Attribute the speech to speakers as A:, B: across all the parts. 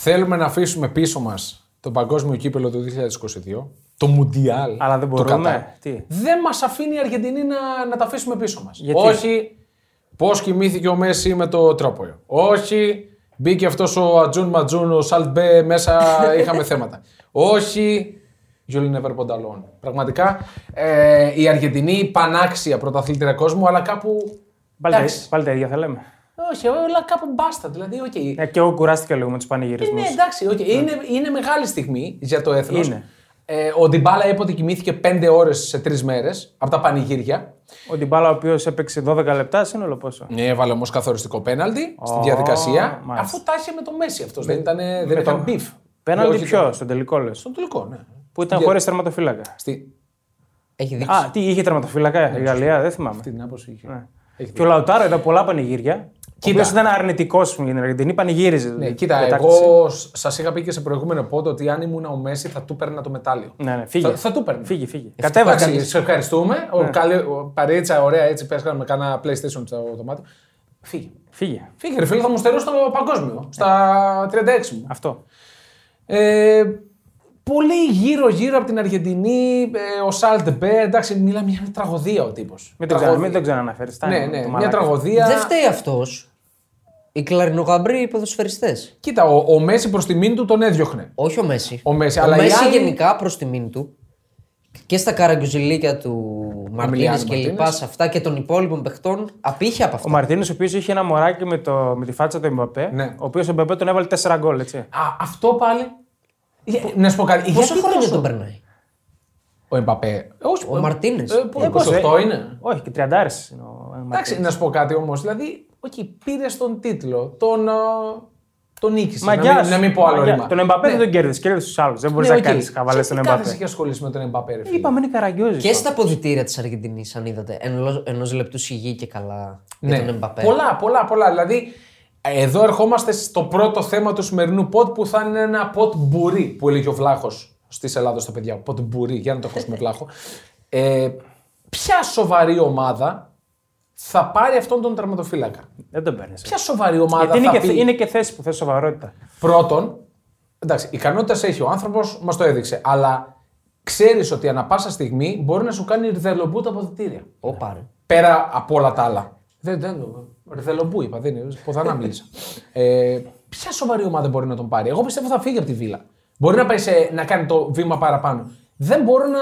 A: Θέλουμε να αφήσουμε πίσω μας το παγκόσμιο κύπελο του 2022, το Μουντιάλ.
B: Αλλά δεν
A: το
B: μπορούμε.
A: Κατάρ.
B: Τι?
A: Δεν μας αφήνει η Αργεντινή να, να τα αφήσουμε πίσω μας.
B: Γιατί?
A: Όχι πώς κοιμήθηκε ο Μέση με το τρόπο. Όχι μπήκε αυτός ο Ατζούν Ματζούν, ο Σαλτμπέ μέσα, είχαμε θέματα. Όχι Γιούλιν Εβερ Πονταλόν. Πραγματικά ε, η Αργεντινή πανάξια πρωταθλήτρια κόσμου, αλλά κάπου.
B: Πάλι, τα-
A: εντάξει.
B: πάλι τα ίδια θα λέμε.
A: Όχι, αλλά κάπου μπάστα. Δηλαδή, οκ.
B: Ε, και εγώ κουράστηκα λίγο με τους πανηγυρισμούς.
A: Ναι, εντάξει, οκ. Είναι, είναι μεγάλη στιγμή για το έθνος.
B: Είναι.
A: Ε, ο Ντιμπάλα είπε ότι κοιμήθηκε 5 ώρες σε 3 μέρες από τα πανηγύρια.
B: Ο Ντιμπάλα, ο οποίος έπαιξε 12 λεπτά, σύνολο πόσο.
A: Ναι, έβαλε όμως καθοριστικό πέναλτι στη διαδικασία.
B: μάλιστα.
A: αφού τα είχε με το Μέση αυτός. Δεν, ήταν, δεν είχαν beef.
B: Πέναντι
A: Όχι,
B: ποιο, στον τελικό λες.
A: Στον τελικό, ναι.
B: Που ήταν
A: Για-
B: χωρίς τερματοφύλακα.
A: Στη,
C: Έχει δείξει.
B: Α, τι είχε τερματοφύλακα η Γαλλία, δεν θυμάμαι.
A: αυτή την άποψη είχε.
B: Ναι.
A: Έχει
B: Και ο Λαουτάρο ήταν πολλά πανηγύρια.
A: Κοίτα.
B: Κοίτα. Ο οποίος ήταν αρνητικός για την Αργεντινή, πανηγύριζε.
A: Ναι,
B: δηλαδή,
A: κοίτα,
B: την
A: εγώ σας είχα πει και σε προηγούμενο πόντο ότι αν ήμουν ο Μέση θα του παίρνα το μετάλλιο.
B: Ναι, ναι, φύγε.
A: Θα, θα του παίρνα.
B: Φύγε, φύγε.
A: Εντάξει,
B: Κατέβασε.
A: σε ευχαριστούμε.
B: Ναι.
A: Ο, καλέ, ο, παρέτσα, ωραία, έτσι πέσαμε με κάνα PlayStation στο δωμάτιο. Φύγε.
B: Φύγε.
A: Φύγε, ρε φίλε, θα μου στερώσει το παγκόσμιο. Στα 36 μου.
B: Αυτό.
A: Ε, πολύ γύρω-γύρω από την Αργεντινή, ε, ο Σάλτ Μπέ, εντάξει, μιλάμε για μια τραγωδία ο τύπος.
B: Μην τον, ξανα, μην τον ξαναναφέρεις.
A: Ναι, ναι, μια τραγωδία.
C: Δεν φταίει αυτός. Οι κλαρινογαμπροί οι ποδοσφαιριστές.
A: Κοίτα, ο, ο Μέση προς τιμήν του τον έδιωχνε.
C: Όχι ο Μέση.
A: Ο Μέση,
C: ο
A: αλλά οι
C: Μέση
A: άλλοι-
C: γενικά προς τιμήν του και στα καραγκουζιλίκια του Μαρτίνε
A: Εμιλιάνο
C: και λοιπά,
A: Μαρτίνες.
C: σε αυτά και των υπόλοιπων παιχτών, απήχε από
B: Ο
C: αυτά.
B: Μαρτίνο, ο οποίος είχε ένα μωράκι με, το, με τη φάτσα του Εμπαπέ,
A: Ναι.
B: ο οποίος ο Εμπαπέ τον έβαλε 4 γκολ, έτσι.
A: Α, αυτό πάλι. Ε, Να σου πω κάτι.
C: Πόσο
A: γιατί
C: χρόνο
A: τόσο-
C: τον περνάει.
A: Ο Εμπαπέ. Όχι,
C: Ο Μαρτίνες.
A: Ε, πο-
B: Ε, πώς,
A: 28
B: ε,
A: είναι.
B: Όχι, και 30 είναι ο Μαρτίνες.
A: Εντάξει, να σου πω κάτι όμως. Δηλαδή, όχι, πήρε τον τίτλο. Τον, α, τον νίκησες.
B: Μαγκιάς.
A: να, μην, να μην πω άλλο
B: Μαγκιάς.
A: ρήμα. Ναι,
B: Τον Εμπαπέ δεν τον κέρδισες, κέρδισες τους άλλους. Δεν μπορείς να
A: οκ.
B: κάνεις χαβαλές
A: Και
B: στον
A: τι κάθεσαι
B: Εμπαπέ.
A: και ασχολείσαι με τον Εμπαπέ, ρε φίλε.
B: Είπαμε είναι καραγκιόζης.
C: Και στα αποδητήρια της Αργεντινής, αν είδατε, ενός λεπτού σιγή και καλά για τον Εμπαπέ.
A: Ναι. Πολλά, πολλά, πολλά. Δηλαδή, εδώ ερχόμαστε στο πρώτο θέμα του σημερινού ποτ που θα είναι ένα ποτ μπουρί που έλεγε ο Βλάχος στις Ελλάδα στα παιδιά. Ποτ μπουρί, για να το ακούσουμε Βλάχο. Ε, ποια σοβαρή ομάδα θα πάρει αυτόν τον τερματοφύλακα.
B: Δεν τον παίρνεις.
A: Ποια σοβαρή ομάδα
B: Γιατί είναι
A: θα
B: και,
A: πει
B: θε- είναι και θέση που θες σοβαρότητα.
A: πρώτον. Εντάξει, ικανότητες έχει ο άνθρωπος, μας το έδειξε. Αλλά ξέρεις ότι ανα πάσα στιγμή μπορεί να σου κάνει ριδελομπού τα αποδητήρια.
C: Όπα, ρε.
A: Πέρα από όλα τα άλλα. Δεν, δεν το. Ρδελομπού είπα, δεν είναι. Ποθανά μίλησα. ε, ποια σοβαρή ομάδα μπορεί να τον πάρει. Εγώ πιστεύω θα φύγει από τη βίλα. Μπορεί να πάει σε, να κάνει το βήμα παραπάνω. Δεν μπορώ να,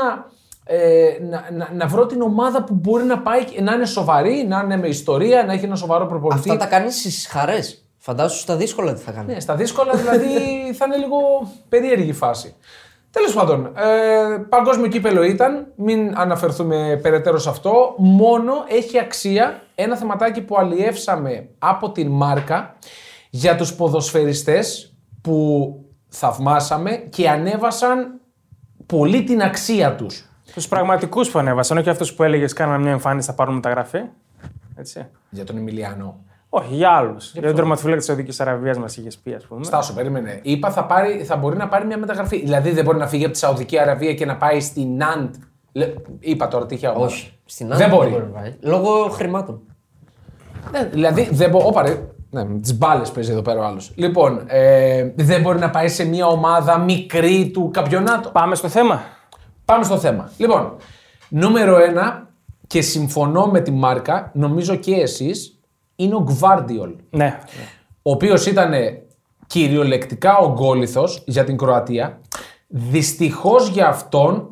A: ε, να, να, να βρω την ομάδα που μπορεί να πάει και να είναι σοβαρή, να είναι με ιστορία, να έχει ένα σοβαρό προπονητή.
C: Αυτά τα κάνεις στις χαρές. Φαντάσου στα δύσκολα τι θα κάνει.
A: Ναι, στα δύσκολα δηλαδή θα είναι λίγο περίεργη φάση. Τέλος πάντων, ε, παγκόσμιο κύπελο ήταν. Μην αναφερθούμε περαιτέρω σε αυτό. Μόνο έχει αξία ένα θεματάκι που αλλιεύσαμε από την μάρκα για τους ποδοσφαιριστές που θαυμάσαμε και ανέβασαν πολύ την αξία τους.
B: Τους πραγματικούς που ανέβασαν, όχι αυτούς που έλεγες κάναμε μια εμφάνιση, θα πάρουμε μεταγραφή. Έτσι.
A: Για τον Εμιλιανό.
B: Όχι, για άλλους. Για τον τερματοφύλακα της Σαουδικής Αραβίας μας είχες πει, ας πούμε.
A: Στάσο, περίμενε. Είπα θα, πάρει, θα μπορεί να πάρει μια μεταγραφή. Δηλαδή δεν μπορεί να φύγει από τη Σαουδική Αραβία και να πάει στην Ναντ. Λε- Είπα τώρα τυχαία ομάδα.
C: Όχι. Στην
A: δεν
C: άλλη
A: μπορεί.
C: να πάει. Λόγω χρημάτων.
A: Ναι, δηλαδή δεν μπορεί. Όπα, ρε. Ναι, τις μπάλες παίζει εδώ πέρα ο άλλος. Λοιπόν, ε, δεν μπορεί να πάει σε μια ομάδα μικρή του καμπιονάτο.
B: Πάμε στο θέμα.
A: Πάμε στο θέμα. Λοιπόν, νούμερο ένα και συμφωνώ με τη μάρκα, νομίζω και εσείς, είναι ο Γκβάρντιολ.
B: Ναι.
A: ο οποίος ήταν κυριολεκτικά ο γκόληθο για την Κροατία. Δυστυχώς για αυτόν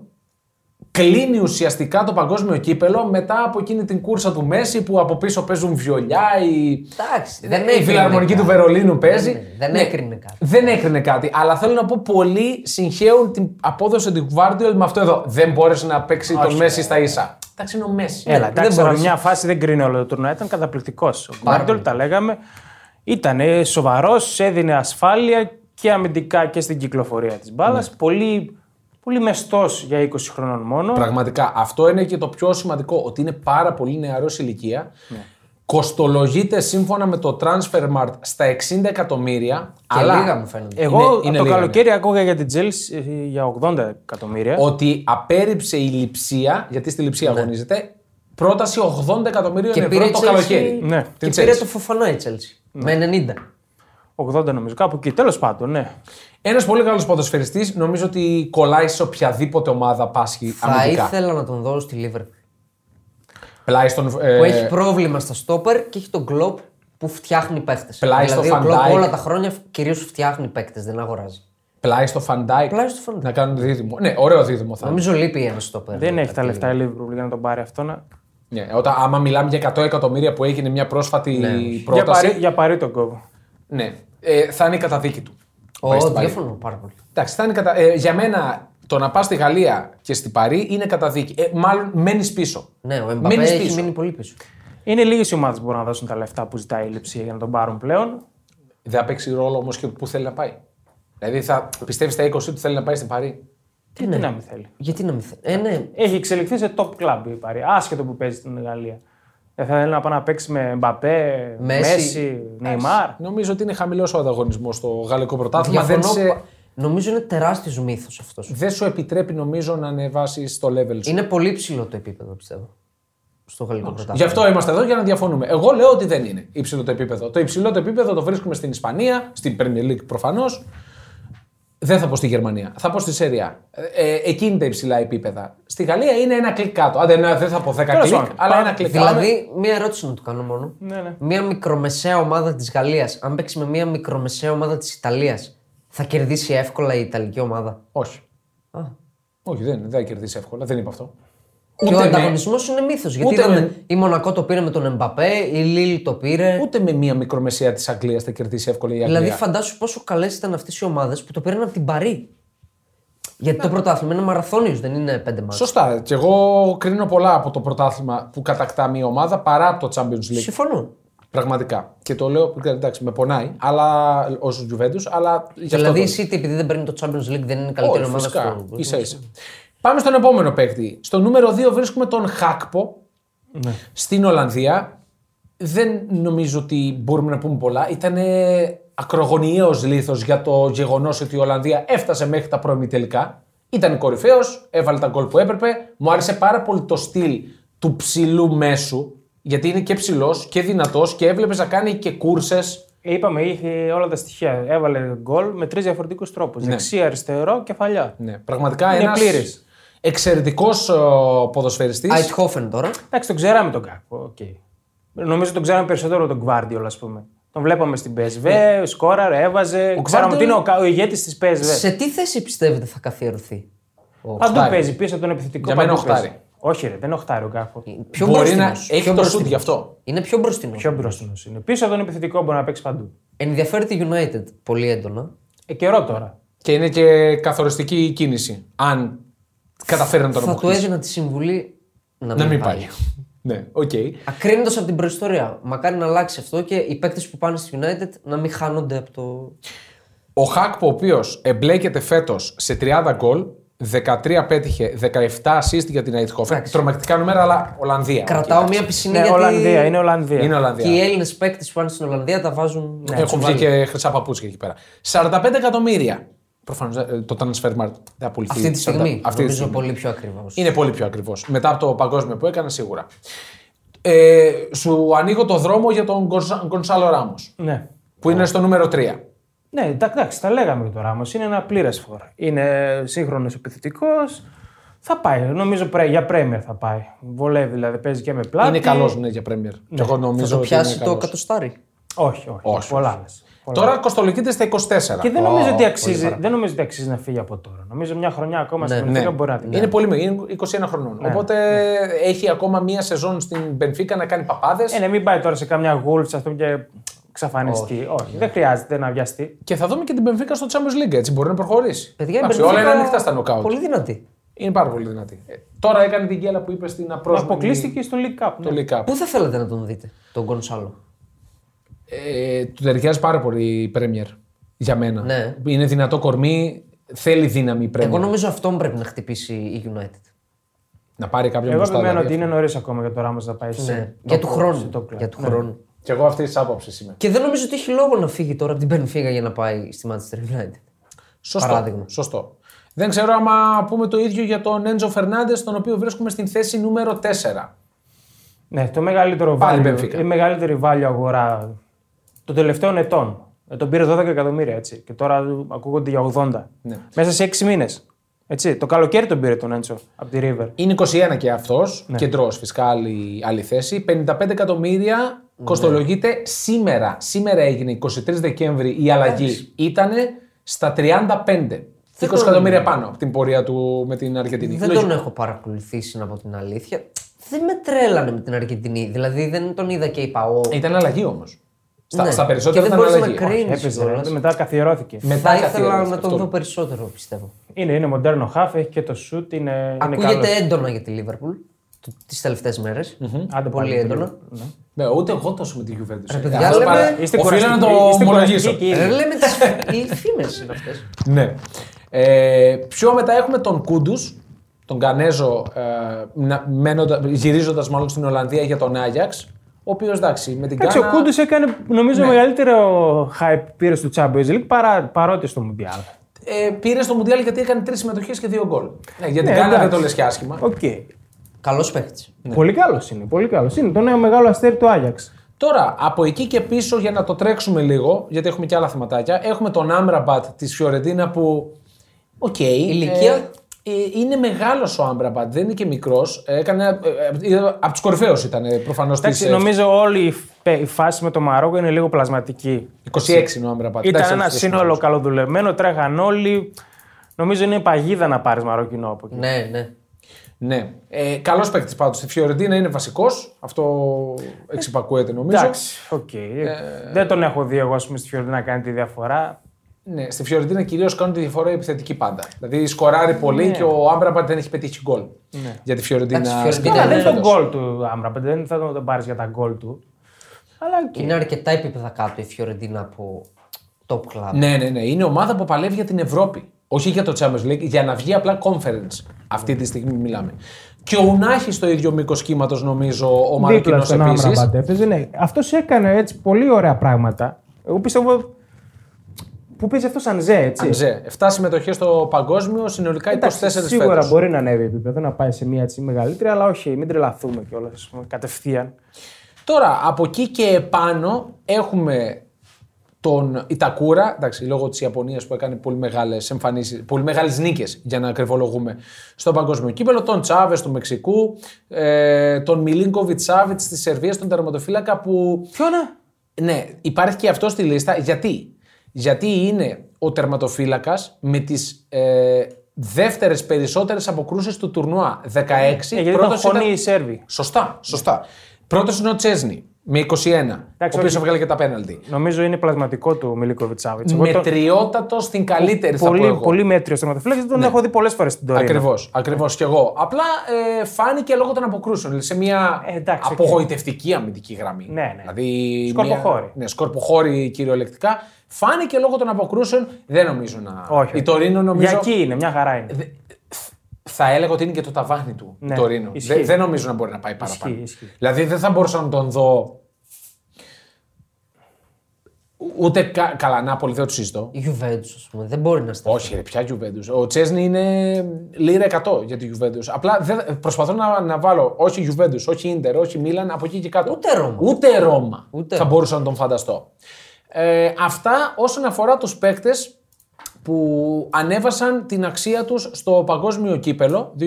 A: κλείνει ουσιαστικά το παγκόσμιο κύπελο μετά από εκείνη την κούρσα του Μέση που από πίσω παίζουν βιολιά. Η,
C: Εντάξει, δεν
A: Ε, η
C: έκρινε
A: φιλαρμονική
C: κάτι.
A: του Βερολίνου παίζει.
C: Ναι, δεν έκρινε κάτι.
A: Δεν έκρινε κάτι. Αλλά θέλω να πω πολλοί συγχαίουν την απόδοση του Γκουάρντιολ με αυτό εδώ. Δεν μπόρεσε να παίξει τον Μέση στα ίσα. Εντάξει, είναι ο Μέση.
B: ε, Έλα,
A: Ναι, δεν
B: εντάξει, τώρα
A: μπόρεσε.
B: μια φάση δεν κρίνει όλο το τουρνουά. Ήταν καταπληκτικός. Ο Γκουάρντιολ τα λέγαμε. Ήταν σοβαρός, έδινε ασφάλεια και αμυντικά και στην κυκλοφορία της μπάλας.
A: Ναι.
B: Πολύ, πολύ μεστός για 20 χρονών μόνο.
A: Πραγματικά. Αυτό είναι και το πιο σημαντικό, ότι είναι πάρα πολύ νεαρός σε ηλικία.
C: Ναι.
A: Κοστολογείται σύμφωνα με το Transfermarkt στα 60 εκατομμύρια.
C: Και
A: αλλά
C: λίγα μου φαίνονται.
B: Εγώ
A: είναι-
B: από
A: είναι
B: το
A: λίγα, ναι.
B: καλοκαίρι ακούγα για την Τζέλση για 80 εκατομμύρια.
A: Ότι απέρριψε η λειψία, γιατί στη λειψία αγωνίζεται, πρόταση 80 εκατομμυρίων
C: Ναι. Και
A: ευρώ
C: πήρε
A: το
C: Chelsea-
A: καλοκαίρι.
B: Ναι.
A: Την Ναι.
C: Και πήρε
A: Chelsea.
C: το φοφανά η Chelsea. Με 90.
B: 80 νομίζω, κάπου εκεί. Τέλος πάντων, ναι.
A: Ένας πολύ καλός ποδοσφαιριστής, νομίζω ότι κολλάει σε οποιαδήποτε ομάδα πάσχει
C: Θα
A: αμυντικά.
C: ήθελα να τον δω στη Λίβερπουλ.
A: Πλάι στον. ε,
C: Που έχει πρόβλημα στα στόπερ και έχει τον κλοπ που φτιάχνει παίκτε.
A: Πλάι στο
C: δηλαδή,
A: Van
C: ο κλοπ
A: Dijk.
C: όλα τα χρόνια κυρίως φτιάχνει παίκτε, δεν αγοράζει.
A: Πλάι στο Φαντάικ.
C: Πλάι στο Van Dijk.
A: Να κάνουν δίδυμο. Ναι, ωραίο δίδυμο θα είναι.
C: Νομίζω λείπει ένας στόπερ.
B: Δεν
C: ε,
B: έχει τα
C: κάτι.
B: λεφτά η Liverpool για να τον πάρει αυτό. Να...
A: Ναι, όταν, άμα μιλάμε για 100 εκατομμύρια που έγινε μια πρόσφατη
C: Ναι.
B: Για,
A: πρόταση.
B: παρή, για παρή τον κόβο.
A: Ναι, ε, θα είναι η καταδίκη του. Πάει
C: Ω,
A: στην Παρή.
C: διαφωνώ πάρα πολύ.
A: Εντάξει, θα είναι κατα... ε, για μένα το να πας στη Γαλλία και στην Παρή είναι καταδίκη. Ε, μάλλον μένεις πίσω.
C: Ναι, ο Εμπαπέ
A: Μένεις
C: έχει
A: πίσω.
C: μείνει πολύ πίσω.
B: Είναι λίγες οι ομάδες που μπορούν να δώσουν τα λεφτά που ζητάει η λειψία για να τον πάρουν πλέον.
A: Δεν θα παίξει ρόλο όμως και που θέλει να πάει. Δηλαδή, θα πιστεύεις στα 20 του θέλει να πάει στην Παρή.
B: Τι,
A: ναι.
B: τι να μην θέλει.
C: Γιατί να μην θέλει. Ε, ναι,
B: Έχει εξελιχθεί σε top club η Παρή, άσχετο που παίζει στην Γαλλία. Δεν θα θέλει να πάει να παίξει με Μπαπέ,
C: Μέση.
B: Μέση, Νεϊμάρ.
A: Νομίζω ότι είναι χαμηλός ο ανταγωνισμός στο γαλλικό πρωτάθλημα. Δεν,
C: διαφωνώ.
A: σε-
C: Νομίζω είναι τεράστιος μύθος αυτός.
A: δεν σου επιτρέπει νομίζω να ανεβάσει το level σου.
C: Είναι πολύ ψηλό το επίπεδο, πιστεύω. Στο γαλλικό πρωτάθλημα.
A: Γι' αυτό είμαστε εδώ για να διαφωνούμε. Εγώ λέω ότι δεν είναι υψηλό το επίπεδο. Το υψηλό το επίπεδο το βρίσκουμε στην Ισπανία, στην Premier League προφανώς. Δεν θα πω στη Γερμανία, θα πω στη Σέρια. Ε, ε, εκεί είναι τα υψηλά επίπεδα. Στη Γαλλία είναι ένα κλικ κάτω. Άντε, ναι, δεν θα πω 10 κλικ,
B: πάντων.
A: αλλά ένα κλικ κάτω.
C: Δηλαδή, μία ερώτηση να του κάνω μόνο.
B: Ναι, ναι.
C: Μία μικρομεσαία ομάδα της Γαλλίας, αν παίξει με μία μικρομεσαία ομάδα της Ιταλίας, θα κερδίσει εύκολα η Ιταλική ομάδα.
A: Όχι.
C: Α.
A: Όχι, δεν, δεν θα κερδίσει εύκολα. Δεν είπα αυτό.
C: και ο
A: με-
C: ανταγωνισμός είναι μύθος. Γιατί
A: ούτε
C: είδαμε,
A: με-
C: η Μονακό το πήρε με τον Εμπαπέ, η Λίλη το πήρε.
A: Ούτε με μία μικρομεσαία της Αγγλίας θα κερδίσει εύκολα η Αγγλία.
C: Δηλαδή, φαντάσου πόσο καλές ήταν αυτές οι ομάδες που το πήραν από την Παρή. Γιατί το πρωτάθλημα είναι μαραθώνιος, δεν είναι πέντε μάτια.
A: Ναι. Σωστά. Και εγώ κρίνω πολλά από το πρωτάθλημα που κατακτά μία ομάδα παρά από το Champions League.
C: Συμφωνώ.
A: Πραγματικά. Και το λέω, εντάξει, με πονάει, αλλά ως Juventus, αλλά γι' αυτό.
C: Δηλαδή,
A: το-
C: η City επειδή δεν παίρνει το Champions League δεν είναι η καλύτερη
A: Όχι,
C: ομάδα
A: φυσικά.
C: στο
A: Ίσα ίσα. Πάμε στον επόμενο παίκτη. Στο νούμερο 2 βρίσκουμε τον Χάκπο
B: Ναι.
A: στην Ολλανδία. Δεν νομίζω ότι μπορούμε να πούμε πολλά. Ήταν ακρογωνιαίος λίθος για το γεγονός ότι η Ολλανδία έφτασε μέχρι τα πρώιμη τελικά. Ήταν κορυφαίος, έβαλε τα γκολ που έπρεπε. Μου άρεσε πάρα πολύ το στυλ του ψηλού μέσου, γιατί είναι και ψηλός και δυνατός και έβλεπες να κάνει και κούρσες.
B: Είπαμε, είχε όλα τα στοιχεία. Έβαλε γκολ με τρεις διαφορετικούς τρόπους. Δεξί, αριστερό, κεφαλιά.
A: Ναι, πραγματικά
B: Είναι
A: ένας
B: πλήρης.
A: εξαιρετικός ποδοσφαιριστής.
C: Αιτχόφεν τώρα.
B: Εντάξει, τον ξέραμε τον Κάκο. Okay. Νομίζω τον ξέραμε περισσότερο τον Γκβάρντιολ, ας πούμε. Τον βλέπαμε στην PSV,
A: Ναι.
B: σκόραρε, έβαζε. Ο ξέραμε
A: Guardiol-
B: ότι είναι ο, κα- ο ηγέτης της PSV.
C: Σε τι θέση πιστεύετε θα καθιερωθεί.
B: Παντού
A: Οχτάρι.
B: παίζει πίσω από τον επιθετικό.
A: Για μένα
B: παντού παίζει.
A: οχτάρι. Ε,
B: Όχι, ρε, δεν είναι οχτάρι ο Κάκο.
C: Πιο
A: Μπορεί να
C: μπροστινός, πιο
A: έχει το σουτ
C: μπροστινός.
A: γι' αυτό.
C: Είναι πιο μπροστινός.
B: Πιο μπροστινός είναι. Πίσω από τον επιθετικό μπορεί να παίξει παντού.
C: Ενδιαφέρεται η United πολύ έντονα.
B: Ε, καιρό τώρα.
A: Και είναι και καθοριστική η κίνηση. Αν καταφέρει να τον
C: θα του
A: αποκτήσει.
C: έδινα τη συμβουλή να,
A: Να μην πάει. ναι, οκ.
C: Ακρίνοντας από την προϊστορία. Μακάρι να αλλάξει αυτό και οι παίκτες που πάνε στη United να μην χάνονται από το.
A: Ο Χάκπο, ο οποίος εμπλέκεται φέτος σε 30 γκολ, 13 πέτυχε, 17 assist για την Αιτχόφεν. Τρομακτικά νούμερα, αλλά Ολλανδία.
C: Κρατάω
A: Οκ,
C: μία πισινή
B: Ναι,
C: γιατί.
B: Ολλανδία, είναι Ολλανδία.
A: Είναι
C: Και οι
A: Ολλανδία.
C: Έλληνες παίκτες που πάνε στην Ολλανδία τα βάζουν. Ναι,
A: Έχουν βγει και χρυσά παπούτσια εκεί πέρα. 45 εκατομμύρια. Προφανώς το transfer market δεν απολυθεί.
C: Αυτή τη στιγμή.
A: Αυτή τη
C: νομίζω
A: στιγμή.
C: πολύ πιο ακριβώς.
A: Είναι πολύ πιο ακριβώς. Μετά από το παγκόσμιο που έκανε, σίγουρα. Ε, σου ανοίγω το δρόμο για τον Γκονσα- Γκονσάλο Ράμος,
B: Ναι.
A: που είναι στο νούμερο 3.
B: Ναι, εντά- εντάξει, τα λέγαμε για το Ράμος. Είναι ένα πλήρες φόρ. Είναι σύγχρονος επιθετικός. Θα πάει. Νομίζω πρέ, για Πρέμιερ θα πάει. Βολεύει, δηλαδή παίζει και με πλάτη.
A: Είναι καλός ναι, για Πρέμιερ. Και εγώ νομίζω
C: Θα το
A: ότι είναι
C: πιάσει το
A: καλός.
C: εκατοστάρι.
B: Όχι, όχι.
A: Όχι,
B: πολλά
A: όχι.
B: λες. Πολλά.
A: Τώρα κοστολογείται στα 24.
B: Και δεν,
C: Ω,
B: νομίζω ότι
C: πολύ
B: αξίζει,
C: παραπάνω.
B: δεν νομίζω ότι αξίζει να φύγει από τώρα. Νομίζω μια χρονιά ακόμα
C: Ναι,
B: στην
A: Ναι.
B: Πενφύκα μπορεί να την Ναι,
A: Είναι πολύ μεγάλο. Είναι 21 χρονών. Οπότε έχει ακόμα μία σεζόν στην Μπενφίκα να κάνει παπάδες.
B: κάνει. Ε, ναι, μην πάει τώρα σε καμιά γούλτ αυτό και εξαφανιστεί. Όχι, δεν χρειάζεται να βιαστεί.
A: Και θα δούμε και την Μπενφίκα στο Champions League. Έτσι μπορεί να προχωρήσει.
C: Παιδιά, η
A: Εντάξει,
C: Μπενφίκα
A: όλα είναι ανοιχτά στα νοκάουτ.
C: Πολύ δυνατή.
A: Είναι πάρα πολύ δυνατή. Ε, τώρα έκανε την γκέλα που είπε στην απρόσμενη.
B: Αποκλείστηκε στο League Cup.
A: Ναι. Το
B: ναι.
A: League Cup.
C: Πού θα θέλατε να τον δείτε, τον Γκονσάλο.
A: Ε, του ταιριάζει πάρα πολύ η Πρέμιερ για μένα.
C: Ναι.
A: Είναι δυνατό κορμί, θέλει δύναμη η Πρέμιερ.
C: Εγώ νομίζω αυτόν πρέπει να χτυπήσει η United.
A: Να πάρει κάποια
B: Εγώ
A: μπροστά.
B: επιμένω
A: δηλαδή,
B: ότι
A: αυτό.
B: είναι νωρίς ακόμα για το Ράμο να πάει σε.
C: Ναι.
B: top-
C: Για του
B: σε
C: χρόνου.
B: top club.
C: Για του
B: Ναι.
C: χρόνου.
A: Και εγώ αυτή της άποψης είμαι.
C: Και δεν νομίζω ότι έχει λόγο να φύγει τώρα από την Benfica για να πάει στη Manchester United.
A: Σωστό.
C: Παράδειγμα.
A: Σωστό. Δεν ξέρω άμα πούμε το ίδιο για τον Έντζο Φερνάντε, τον οποίο βρίσκουμε στην θέση νούμερο 4.
B: Ναι, το μεγαλύτερο
A: Πάλι
B: value-
A: Benfica.
B: η μεγαλύτερη value αγορά των τελευταίων ετών. Ε, Τον πήρε 12 εκατομμύρια έτσι. Και τώρα ακούγονται για 80.
A: Ναι.
B: Μέσα σε 6 μήνες. Έτσι, το καλοκαίρι τον πήρε τον Έντσο από τη River.
A: Είναι 21 και αυτός,
C: Ναι.
A: κεντρός φυσικά άλλη, άλλη θέση. 55 εκατομμύρια
C: Ναι.
A: κοστολογείται σήμερα. Σήμερα έγινε 23 Δεκέμβρη η αλλαγή. Ήταν στα 35. 20
C: τον-
A: εκατομμύρια πάνω από την πορεία του με την Αργεντινή.
C: Δεν
A: Λογικό.
C: τον έχω παρακολουθήσει να πω την αλήθεια. Δεν με τρέλανε με την Αργεντινή. Δηλαδή δεν τον είδα και είπα. «Ω,
A: Ε, Ήταν αλλαγή όμως. Στα,
C: Ναι.
A: στα περισσότερα
C: Και
A: ήταν
C: δεν μπορείς να
A: αλλαγή.
C: κρίνεις.
A: Όχι.
B: Έπαιζε.
C: κιόλας.
B: ρε. Μετά καθιερώθηκε.
A: Μετά
C: θα ήθελα
A: καθιέρωση
C: να τον
A: αυτό.
C: δω περισσότερο, πιστεύω.
B: Είναι, είναι μοντέρνο χάφ, έχει και το σουτ, είναι, είναι
C: Ακούγεται
B: καλός.
C: έντονα για τη Λίβερπουλ τις τελευταίες μέρες.
B: Άντε
C: Πολύ
B: πάλι.
C: έντονα.
A: Ναι, ούτε εγώ τόσο με τη Juventus.
C: παιδιά,
A: Αυτό
C: λέμε-
A: παρά-
B: Είστε
A: Οφείλω να το
B: κουραστικοί- είστε
A: ομολογήσω.
B: κουραστικοί
C: Ε,
B: κύριοι.
C: λέμε τι φήμες είναι αυτές.
A: Ναι. Ε, πιο μετά έχουμε τον Κούντους, τον Κανέζο, ε, γυρίζοντας μάλλον στην Ολλανδία για τον Άγιαξ. Ο οποίος εντάξει, με την
B: Εντάξει, ο
A: Κάνα.
B: Κούντου έκανε νομίζω
A: Ναι.
B: μεγαλύτερο hype πήρε του Champions League παρά, παρότι στο Μουντιάλ.
A: Ε, πήρε στο Μουντιάλ γιατί έκανε τρεις συμμετοχές και δύο γκολ. Ναι, για την
B: Ναι,
A: Κάνα δεν
B: εντάξει.
A: το λες και άσχημα. Ναι.
B: Οκ.
C: Καλός παίχτη.
B: Πολύ καλός είναι. Πολύ καλός είναι. Το νέο μεγάλο αστέρι του Άγιαξ.
A: Τώρα, από εκεί και πίσω για να το τρέξουμε λίγο, γιατί έχουμε και άλλα θεματάκια. Έχουμε τον Άμραμπατ της Φιωρεντίνα που. Οκ.
C: Ηλικία?
A: ε, είναι μεγάλος ο Άμραμπατ, δεν είναι και μικρός. Έκανε. Ε, από τους κορυφαίους ήταν ε, προφανώς
B: Εντάξει, νομίζω όλη η φ- η φάση με το Μαρόκο είναι λίγο πλασματική.
A: 26 είναι ο Άμραμπατ.
B: Ήταν
A: Εντάξει,
B: ένα
A: έτσι,
B: σύνολο καλοδουλεμένο, τρέχαν όλοι. Νομίζω είναι παγίδα να πάρεις Μαροκινό από εκεί.
C: Ναι, ναι.
A: Ναι. Ε, Καλός παίκτης πάντως. Στη Φιωρεντίνα είναι βασικός. Αυτό εξυπακούεται νομίζω.
B: Εντάξει, οκ.
A: Ε,
B: Δεν τον έχω δει εγώ ας πούμε, στη Φιωρινή να κάνει τη διαφορά.
A: Ναι, στη Φιωρεντίνα κυρίως κάνουν τη διαφορά οι επιθετικοί πάντα. Δηλαδή σκοράρει πολύ
B: Ναι.
A: και ο Άμπραμπατ δεν έχει πετύχει γκολ. Για τη
C: Εντάξει, η
A: Φιωρεντίνα.
C: Φιωρεντίνα
B: Καλά,
A: σπίτι
B: Ναι. δεν
A: είναι
B: είναι τον
A: φέτος.
B: γκολ του Άμραμπετ, δεν θα τον πάρεις για τα γκολ του. Αλλά και.
C: Είναι αρκετά επίπεδα κάτω η Φιωρεντίνα από top club.
A: Ναι, ναι, ναι. Είναι ομάδα που παλεύει για την Ευρώπη. Όχι για το Champions League, για να βγει απλά conference. Αυτή τη στιγμή μιλάμε. Και ο Ουνάχης στο ίδιο μήκος κύματος νομίζω ο Μαροκινό
B: Δίπλα στον
A: επίσης.
B: Άμραμπατ έπαιζε. Ναι. Αυτός έκανε έτσι πολύ ωραία πράγματα. Εγώ πιστεύω. Που παίζει αυτό Ανζέ, έτσι.
A: Αντζέ. 7 συμμετοχές στο παγκόσμιο, συνολικά 24
B: Εντάξει, σίγουρα
A: φέτος.
B: μπορεί να ανέβει επίπεδο, να πάει σε μια έτσι μεγαλύτερη, αλλά όχι, μην τρελαθούμε κιόλας κατευθείαν.
A: Τώρα, από εκεί και επάνω έχουμε τον Ιτακούρα, εντάξει, λόγω της Ιαπωνίας που έκανε πολύ μεγάλες εμφανίσεις, πολύ μεγάλες νίκες για να ακριβολογούμε στο παγκόσμιο κύπελο, τον Τσάβες του Μεξικού, ε, τον Μιλίνκοβιτ Σάβιτς της Σερβίας, τον τερματοφύλακα που
B: Ποιο να.
A: ναι, υπάρχει και αυτό στη λίστα. Γιατί, Γιατί είναι ο τερματοφύλακας με τις ε, δεύτερες περισσότερες αποκρούσεις του τουρνουά. 16.
B: Ε, γιατί τον
A: πρώτος
B: χωνεί οι Σέρβοι.
A: Σωστά, σωστά. Πρώτος είναι ο Τσέσνη με 21, ο οποίος
B: όχι.
A: έβγαλε και τα πέναλτι.
B: Νομίζω είναι πλασματικό του Μιλίκοβιτ Σάβιτ.
A: Μετριότατος στην καλύτερη, θα πω
B: Πολύ,
A: εγώ. Ναι.
B: πολύ μέτριος τερματοφύλακας, τον έχω δει πολλές φορές στην Τωρίνο.
A: Ακριβώς, ακριβώς κι εγώ. Απλά ε, φάνηκε λόγω των αποκρούσεων. Σε μια
B: Ε, εντάξει, οκ.
A: απογοητευτική αμυντική γραμμή.
B: Ναι, ναι.
A: Δηλαδή,
B: Σκορποχώρη.
A: Μια, ναι, σκορποχώρη κυριολεκτικά. Φάνηκε λόγω των αποκρούσεων. Δεν νομίζω να.
B: Όχι.
A: Η Τωρίνο νομίζω.
B: Για εκεί είναι, μια χαρά είναι.
A: Θα έλεγα ότι είναι και το ταβάνι του
B: Ναι,
A: η Τωρίνο.
B: ισχύει.
A: Δεν, δεν νομίζω να μπορεί να πάει παραπάνω.
B: Ισχύει, ισχύει.
A: Δηλαδή δεν θα μπορούσα να τον δω. Ούτε κα... καλά, Νάπολη δεν το συζητώ.
C: Η Juventus, ας πούμε, δεν μπορεί να σταθεί.
A: Όχι, ρε, ποια Juventus. Ο Τσέσνη είναι λίρα 100 για τη Juventus. Απλά δεν, προσπαθώ να, να βάλω όχι Juventus, όχι Inter, όχι Μίλαν, από εκεί και κάτω.
C: Ούτε Ρώμα.
A: Ούτε Ρώμα.
C: Ούτε.
A: Θα μπορούσα να τον φανταστώ. Ε, αυτά όσον αφορά τους παίκτες που ανέβασαν την αξία τους στο παγκόσμιο κύπελο 2022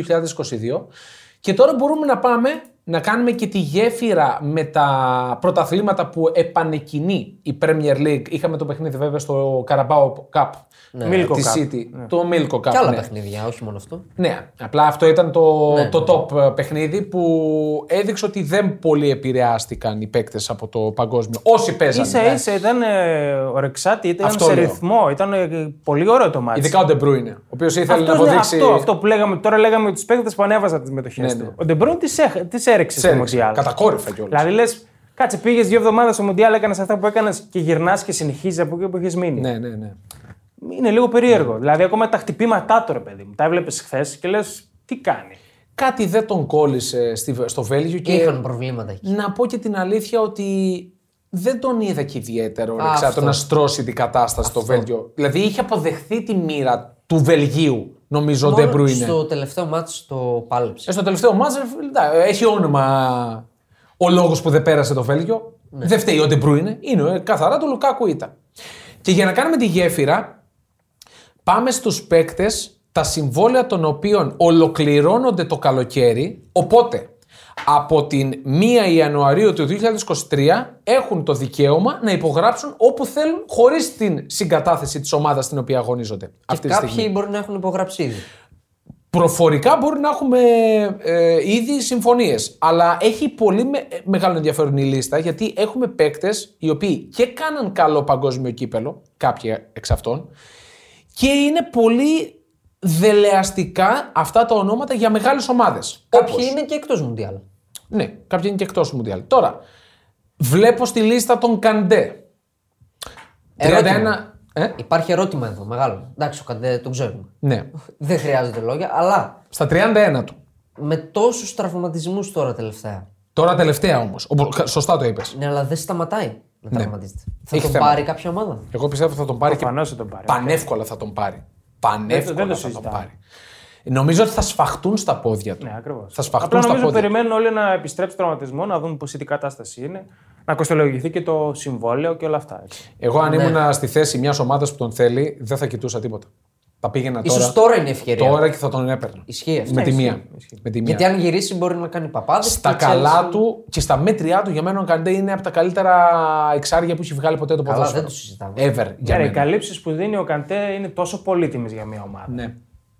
A: και τώρα μπορούμε να πάμε να κάνουμε και τη γέφυρα με τα πρωταθλήματα που επανεκκινεί η Premier League. Είχαμε το παιχνίδι βέβαια στο Carabao Cup
C: Ναι.
B: Milko
A: Ναι. τη
B: Cup.
A: City, το Milko Cup.
C: Και άλλα
A: ναι.
C: παιχνίδια, όχι μόνο αυτό.
A: Ναι, απλά αυτό ήταν το,
C: Ναι,
A: το top ε, παιχνίδι που έδειξε ότι δεν πολύ επηρεάστηκαν οι παίκτες από το παγκόσμιο. Όσοι παίζανε. ναι.
B: σα ίσα ήταν ε, ορεξάτη, ήταν
A: Αυτό
B: σε
A: λέω.
B: ρυθμό. Ήταν ε, πολύ ωραίο το μάτι.
A: Ειδικά ο Ντεμπρούινε, ο οποίος ήθελε
B: Αυτό,
A: να
B: ναι,
A: αποδείξει.
B: αυτό, αυτό που λέγαμε τώρα, λέγαμε τους παίκτες που ανέβαζαν τις μετοχές
A: Ναι, ναι.
B: του. Ο Ντεμπρόν τι έριξε
A: Ξέρεις,
B: στο Μοντιάλ.
A: Κατακόρυφα κιόλας.
B: Δηλαδή λες, κάτσε, πήγες δύο εβδομάδες στο Μοντιάλ, έκανες αυτά που έκανες και γυρνάς και συνεχίζεις από εκεί που έχεις μείνει.
A: Ναι, ναι, ναι.
B: Είναι λίγο περίεργο. Δηλαδή, ακόμα τα χτυπήματά του, ρε παιδί μου. Τα έβλεπες χθες και λες, τι κάνει.
A: Κάτι δεν τον κόλλησε στη- στο Βέλγιο και
C: Και είχαν προβλήματα εκεί.
A: να πω και την αλήθεια ότι δεν τον είδα και ιδιαίτερο
C: Α,
A: Ρεξάτο
C: αυτό.
A: να στρώσει την κατάσταση στο Βέλγιο. Δηλαδή είχε αποδεχθεί τη μοίρα του Βελγίου, νομίζω ο
C: Μόνο
A: Ντεμπρούινε.
C: στο τελευταίο μάτς το πάλεψε.
A: Ε, στο τελευταίο μάτς, ρε φίλε, εντάξει, έχει όνομα
C: Ναι.
A: ο λόγος που δεν πέρασε το Βέλγιο. Δεν φταίει ο Ντεμπρούινε. Είναι ε, καθαρά το Λουκάκου ήταν. Και για να κάνουμε τη γέφυρα, πάμε στους παίκτες τα συμβόλαια των οποίων ολοκληρώνονται το καλοκαίρι, οπότε από την 1 Ιανουαρίου του 2023 έχουν το δικαίωμα να υπογράψουν όπου θέλουν χωρίς την συγκατάθεση της ομάδας στην οποία αγωνίζονται.
C: Και
A: αυτή τη στιγμή.
C: κάποιοι μπορεί να έχουν υπογράψει ήδη.
A: Προφορικά μπορεί να έχουμε ε, ήδη συμφωνίες. Αλλά έχει πολύ με- ε, μεγάλο ενδιαφέρον η λίστα γιατί έχουμε παίκτες οι οποίοι και κάναν καλό παγκόσμιο κύπελο, κάποιοι εξ αυτών, και είναι πολύ δελεαστικά αυτά τα ονόματα για μεγάλες ομάδες.
C: Κάποιοι είναι και εκτός Μουντιάλ.
A: Ναι, κάποιοι είναι και εκτός Μουντιάλ. Τώρα, βλέπω στη λίστα τον Καντέ. 31.
C: Ερώτημα.
A: Ε,
C: Υπάρχει ερώτημα εδώ, μεγάλο. Εντάξει, ο Καντέ τον ξέρουμε.
A: ναι,
C: Δεν χρειάζονται λόγια, αλλά
A: στα 31 του.
C: με τόσους τραυματισμούς τώρα τελευταία.
A: Τώρα τελευταία όμως. Σωστά το είπες.
C: Ναι, αλλά δεν σταματάει να τραυματίζεται. Θα
A: Ναι. Έχει
C: τον
A: θέμα.
C: πάρει κάποια ομάδα.
A: Εγώ πιστεύω θα τον πάρει και
B: Προφανώς θα τον πάρει.
A: Πανεύκολα θα τον πάρει. Πανεύκολα
B: Δεν το- δεν το
A: θα τον
B: συζητάμε.
A: πάρει. Νομίζω ότι θα σφαχτούν στα πόδια του.
B: Ναι, ακριβώς.
A: Θα σφαχτούν
B: Απλά
A: στα
B: νομίζω
A: πόδια.
B: περιμένουν όλοι να επιστρέψει στον τραυματισμό, να δουν πώς τι κατάσταση είναι, να κοστολογηθεί και το συμβόλαιο και όλα αυτά. έτσι.
A: Εγώ, αν
C: Ναι.
A: ήμουν στη θέση μιας ομάδας που τον θέλει, δεν θα κοιτούσα τίποτα. Θα πήγαινα τώρα,
C: σω τώρα είναι η ευκαιρία.
A: τώρα και θα τον έπαιρνα.
C: Ισχύει αυτό.
A: Με τη
B: Ναι, ισχύει,
A: μία.
B: ισχύει.
A: Με τη μία.
C: Γιατί αν γυρίσει μπορεί να κάνει παπάδες.
A: Στα καλά του και στα μέτριά του, για μένα ο Καντέ είναι από τα καλύτερα εξάρια που έχει βγάλει ποτέ το
C: Καλά,
A: ποδόσφαιρο.
C: δεν το συζητάμε.
A: Ever για
B: Άρα, Ε, οι
A: μένα.
B: καλύψεις που δίνει ο Καντέ είναι τόσο πολύτιμες για μια ομάδα.
A: Ναι.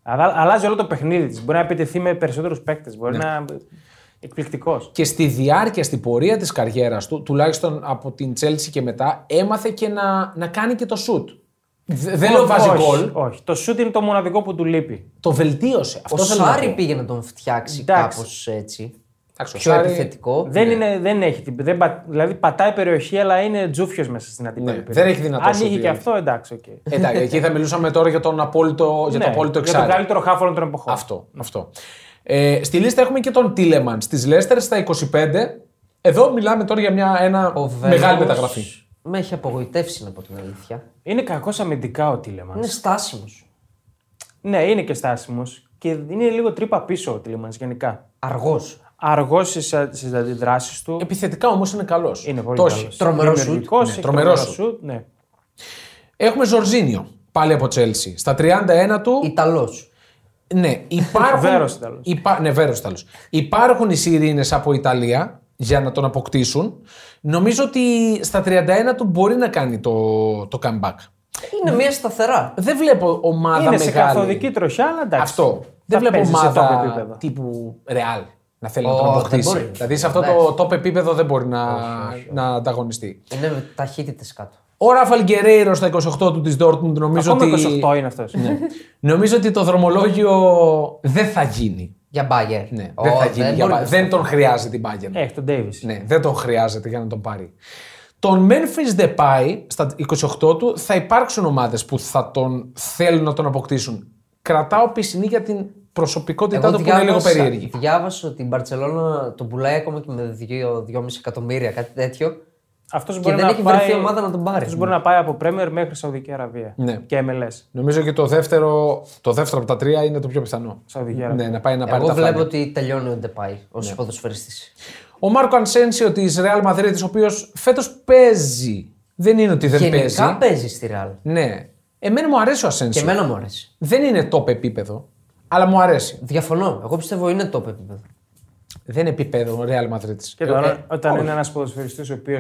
B: Αλλά- αλλάζει όλο το παιχνίδι της. Μπορεί να επιτεθεί με περισσότερους παίκτες. Μπορεί
A: Ναι.
B: να. Εκπληκτικός.
A: και στη διάρκεια, στην πορεία της καριέρας του, τουλάχιστον από την Chelsea και μετά, έμαθε και να, να κάνει και το σουτ. Δε- Δεν λέω βάζει γκολ,
B: Όχι. Το σουτ είναι το μοναδικό που του λείπει.
A: το βελτίωσε.
C: Ο
A: Αυτό θέλω να
C: Σάρι
A: πω.
C: πήγε να τον φτιάξει
B: Εντάξει.
C: κάπως έτσι.
A: Εντάξει, ο
C: Πιο
A: Σάρι-
C: επιθετικό.
B: Δεν,
A: ναι.
B: είναι, δεν έχει. την- Δεν, πα- δηλαδή πατάει περιοχή, αλλά είναι τζούφιος μέσα στην αντίπαλη
A: Ναι,
B: περιοχή.
A: δεν έχει δυνατό
B: Αν
A: σουτ,
B: είχε και
A: δηλαδή.
B: αυτό, εντάξει, οκ. Ναι,
A: Εντάξει, εκεί θα μιλούσαμε τώρα για, τον απόλυτο, για το απόλυτο
B: για τον
A: εξάρι.
B: καλύτερο χάφ όλων των εποχών.
A: Αυτό. αυτό. Ε, στη λίστα έχουμε και τον Τίλεμαν. Στις Λέστερ στα 25. Εδώ μιλάμε τώρα για μια, ένα
C: Ο
A: μεγάλη
C: Βέλος
A: μεταγραφή.
C: Με έχει απογοητεύσει, να πω την αλήθεια.
B: Είναι κακός αμυντικά ο Τίλεμαν.
C: Είναι στάσιμος.
B: Ναι, είναι και στάσιμος και είναι λίγο τρύπα πίσω ο Τίλεμαν γενικά.
C: Αργός.
B: Αργός στις αντιδράσεις του.
A: Επιθετικά όμως είναι καλός.
B: Είναι πολύ
A: Τόση.
B: καλός.
C: Τρομερός σουτ.
B: Δημιουργικός,
A: Ναι,
B: έχει
A: Ε, τρομερός
B: τρομερό
A: σουτ.
B: σουτ, ναι.
A: Έχουμε Ζορζίνιο. Πάλι από Chelsea. Στα 31 του.
C: Ιταλός.
A: Ναι, υπάρχουν.
B: Βέρος Ιταλός.
A: Υπά... Ναι, Βέρος Ιταλός. Υπάρχουν οι Σιρήνες από Ιταλία για να τον αποκτήσουν. Νομίζω ότι στα 31 του μπορεί να κάνει το, το comeback. Ναι.
C: Είναι μια σταθερά.
A: Δεν βλέπω ομάδα
B: Είναι σε
A: μεγάλη.
B: καθοδική τροχιά, αλλά εντάξει.
A: Αυτό.
B: Θα
A: Δεν βλέπω
B: παίζεις σε top
A: ομάδα
B: επίπεδο.
A: τύπου Real να θέλει να
C: Ω,
A: τον
C: δεν
A: αποκτήσει.
C: μπορεί.
A: Δηλαδή σε αυτό
C: Εντάξει.
A: το top επίπεδο δεν μπορεί να, να ανταγωνιστεί.
C: Είναι ταχύτητες κάτω.
A: Ο Ράφαλ Γκερέιρο στα 28 του της Dortmund νομίζω
B: Ακόμα
A: ότι, Ναι.
B: 28 είναι αυτός.
A: νομίζω ότι το δρομολόγιο δεν θα γίνει.
C: Για μπάγκερ.
A: Ναι, δεν θα γίνει. για πα- Δεν τον χρειάζεται η Bayern.
C: Ε.
B: Έχει Ε, τον Ντέιβι.
A: Ναι, δεν τον χρειάζεται για να τον πάρει. Τον Memphis Depay στα 28 του θα υπάρξουν ομάδες που θα τον θέλουν να τον αποκτήσουν. Κρατάω πισινή για την προσωπικότητά του που είναι λίγο περίεργη.
C: διάβασα ότι η Μπαρσελόνα τον πουλάει ακόμα και με 2,5 εκατομμύρια, κάτι τέτοιο.
B: Αυτός
C: Και
B: μπορεί
C: δεν
B: να
C: έχει
B: πάει...
C: βρεθεί ομάδα να τον πάρει.
B: Αυτός μπορεί να πάει από Πρέμερ μέχρι Σαουδική Αραβία.
A: Ναι.
B: Και MLS.
A: Νομίζω και το δεύτερο, το δεύτερο από τα τρία είναι το πιο πιθανό.
B: Σαουδική Αραβία.
A: Ναι, να πάει να πάρει
C: Εγώ
A: τα
C: βλέπω
A: φλάνια.
C: ότι τελειώνει ο Ντεπάη ως ναι. ποδοσφαιριστής.
A: Ο Μάρκο Ανσένσιο της Real Madrid, ο οποίος φέτος παίζει. Δεν είναι ότι δεν
C: Γενικά
A: παίζει.
C: παίζει στη Ρεάλ.
A: Ναι. Εμένα μου αρέσει ο
C: Και
A: Ασένσιο.
C: εμένα μου αρέσει.
A: Δεν είναι top επίπεδο, αλλά μου αρέσει.
C: Διαφωνώ. Εγώ πιστεύω είναι top επίπεδο.
A: Δεν είναι επίπεδο ο Real Madrid.
C: Ε,
B: Και
C: ναι.
B: τώρα, όταν είναι ένας ποδοσφαιριστής ο οποίος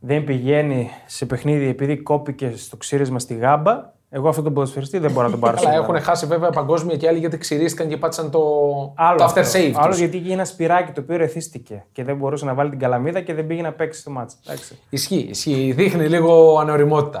B: δεν πηγαίνει σε παιχνίδι επειδή κόπηκε στο ξύρισμα στη γάμπα, εγώ αυτόν τον ποδοσφαιριστή δεν μπορώ να τον πάρω.
A: Αλλά
B: σοβαρά.
A: έχουν χάσει βέβαια παγκόσμια και άλλοι γιατί ξηρίστηκαν και πάτησαν το,
B: Άλλο,
A: το after
B: αυτό.
A: save.
B: Άλλο
A: τους.
B: γιατί είχε ένα σπυράκι το οποίο ρεθίστηκε και δεν μπορούσε να βάλει την καλαμίδα και δεν πήγε να παίξει στο μάτς. Εντάξει.
A: Ισχύει, ισχύει. Δείχνει λίγο ανοριμότητα.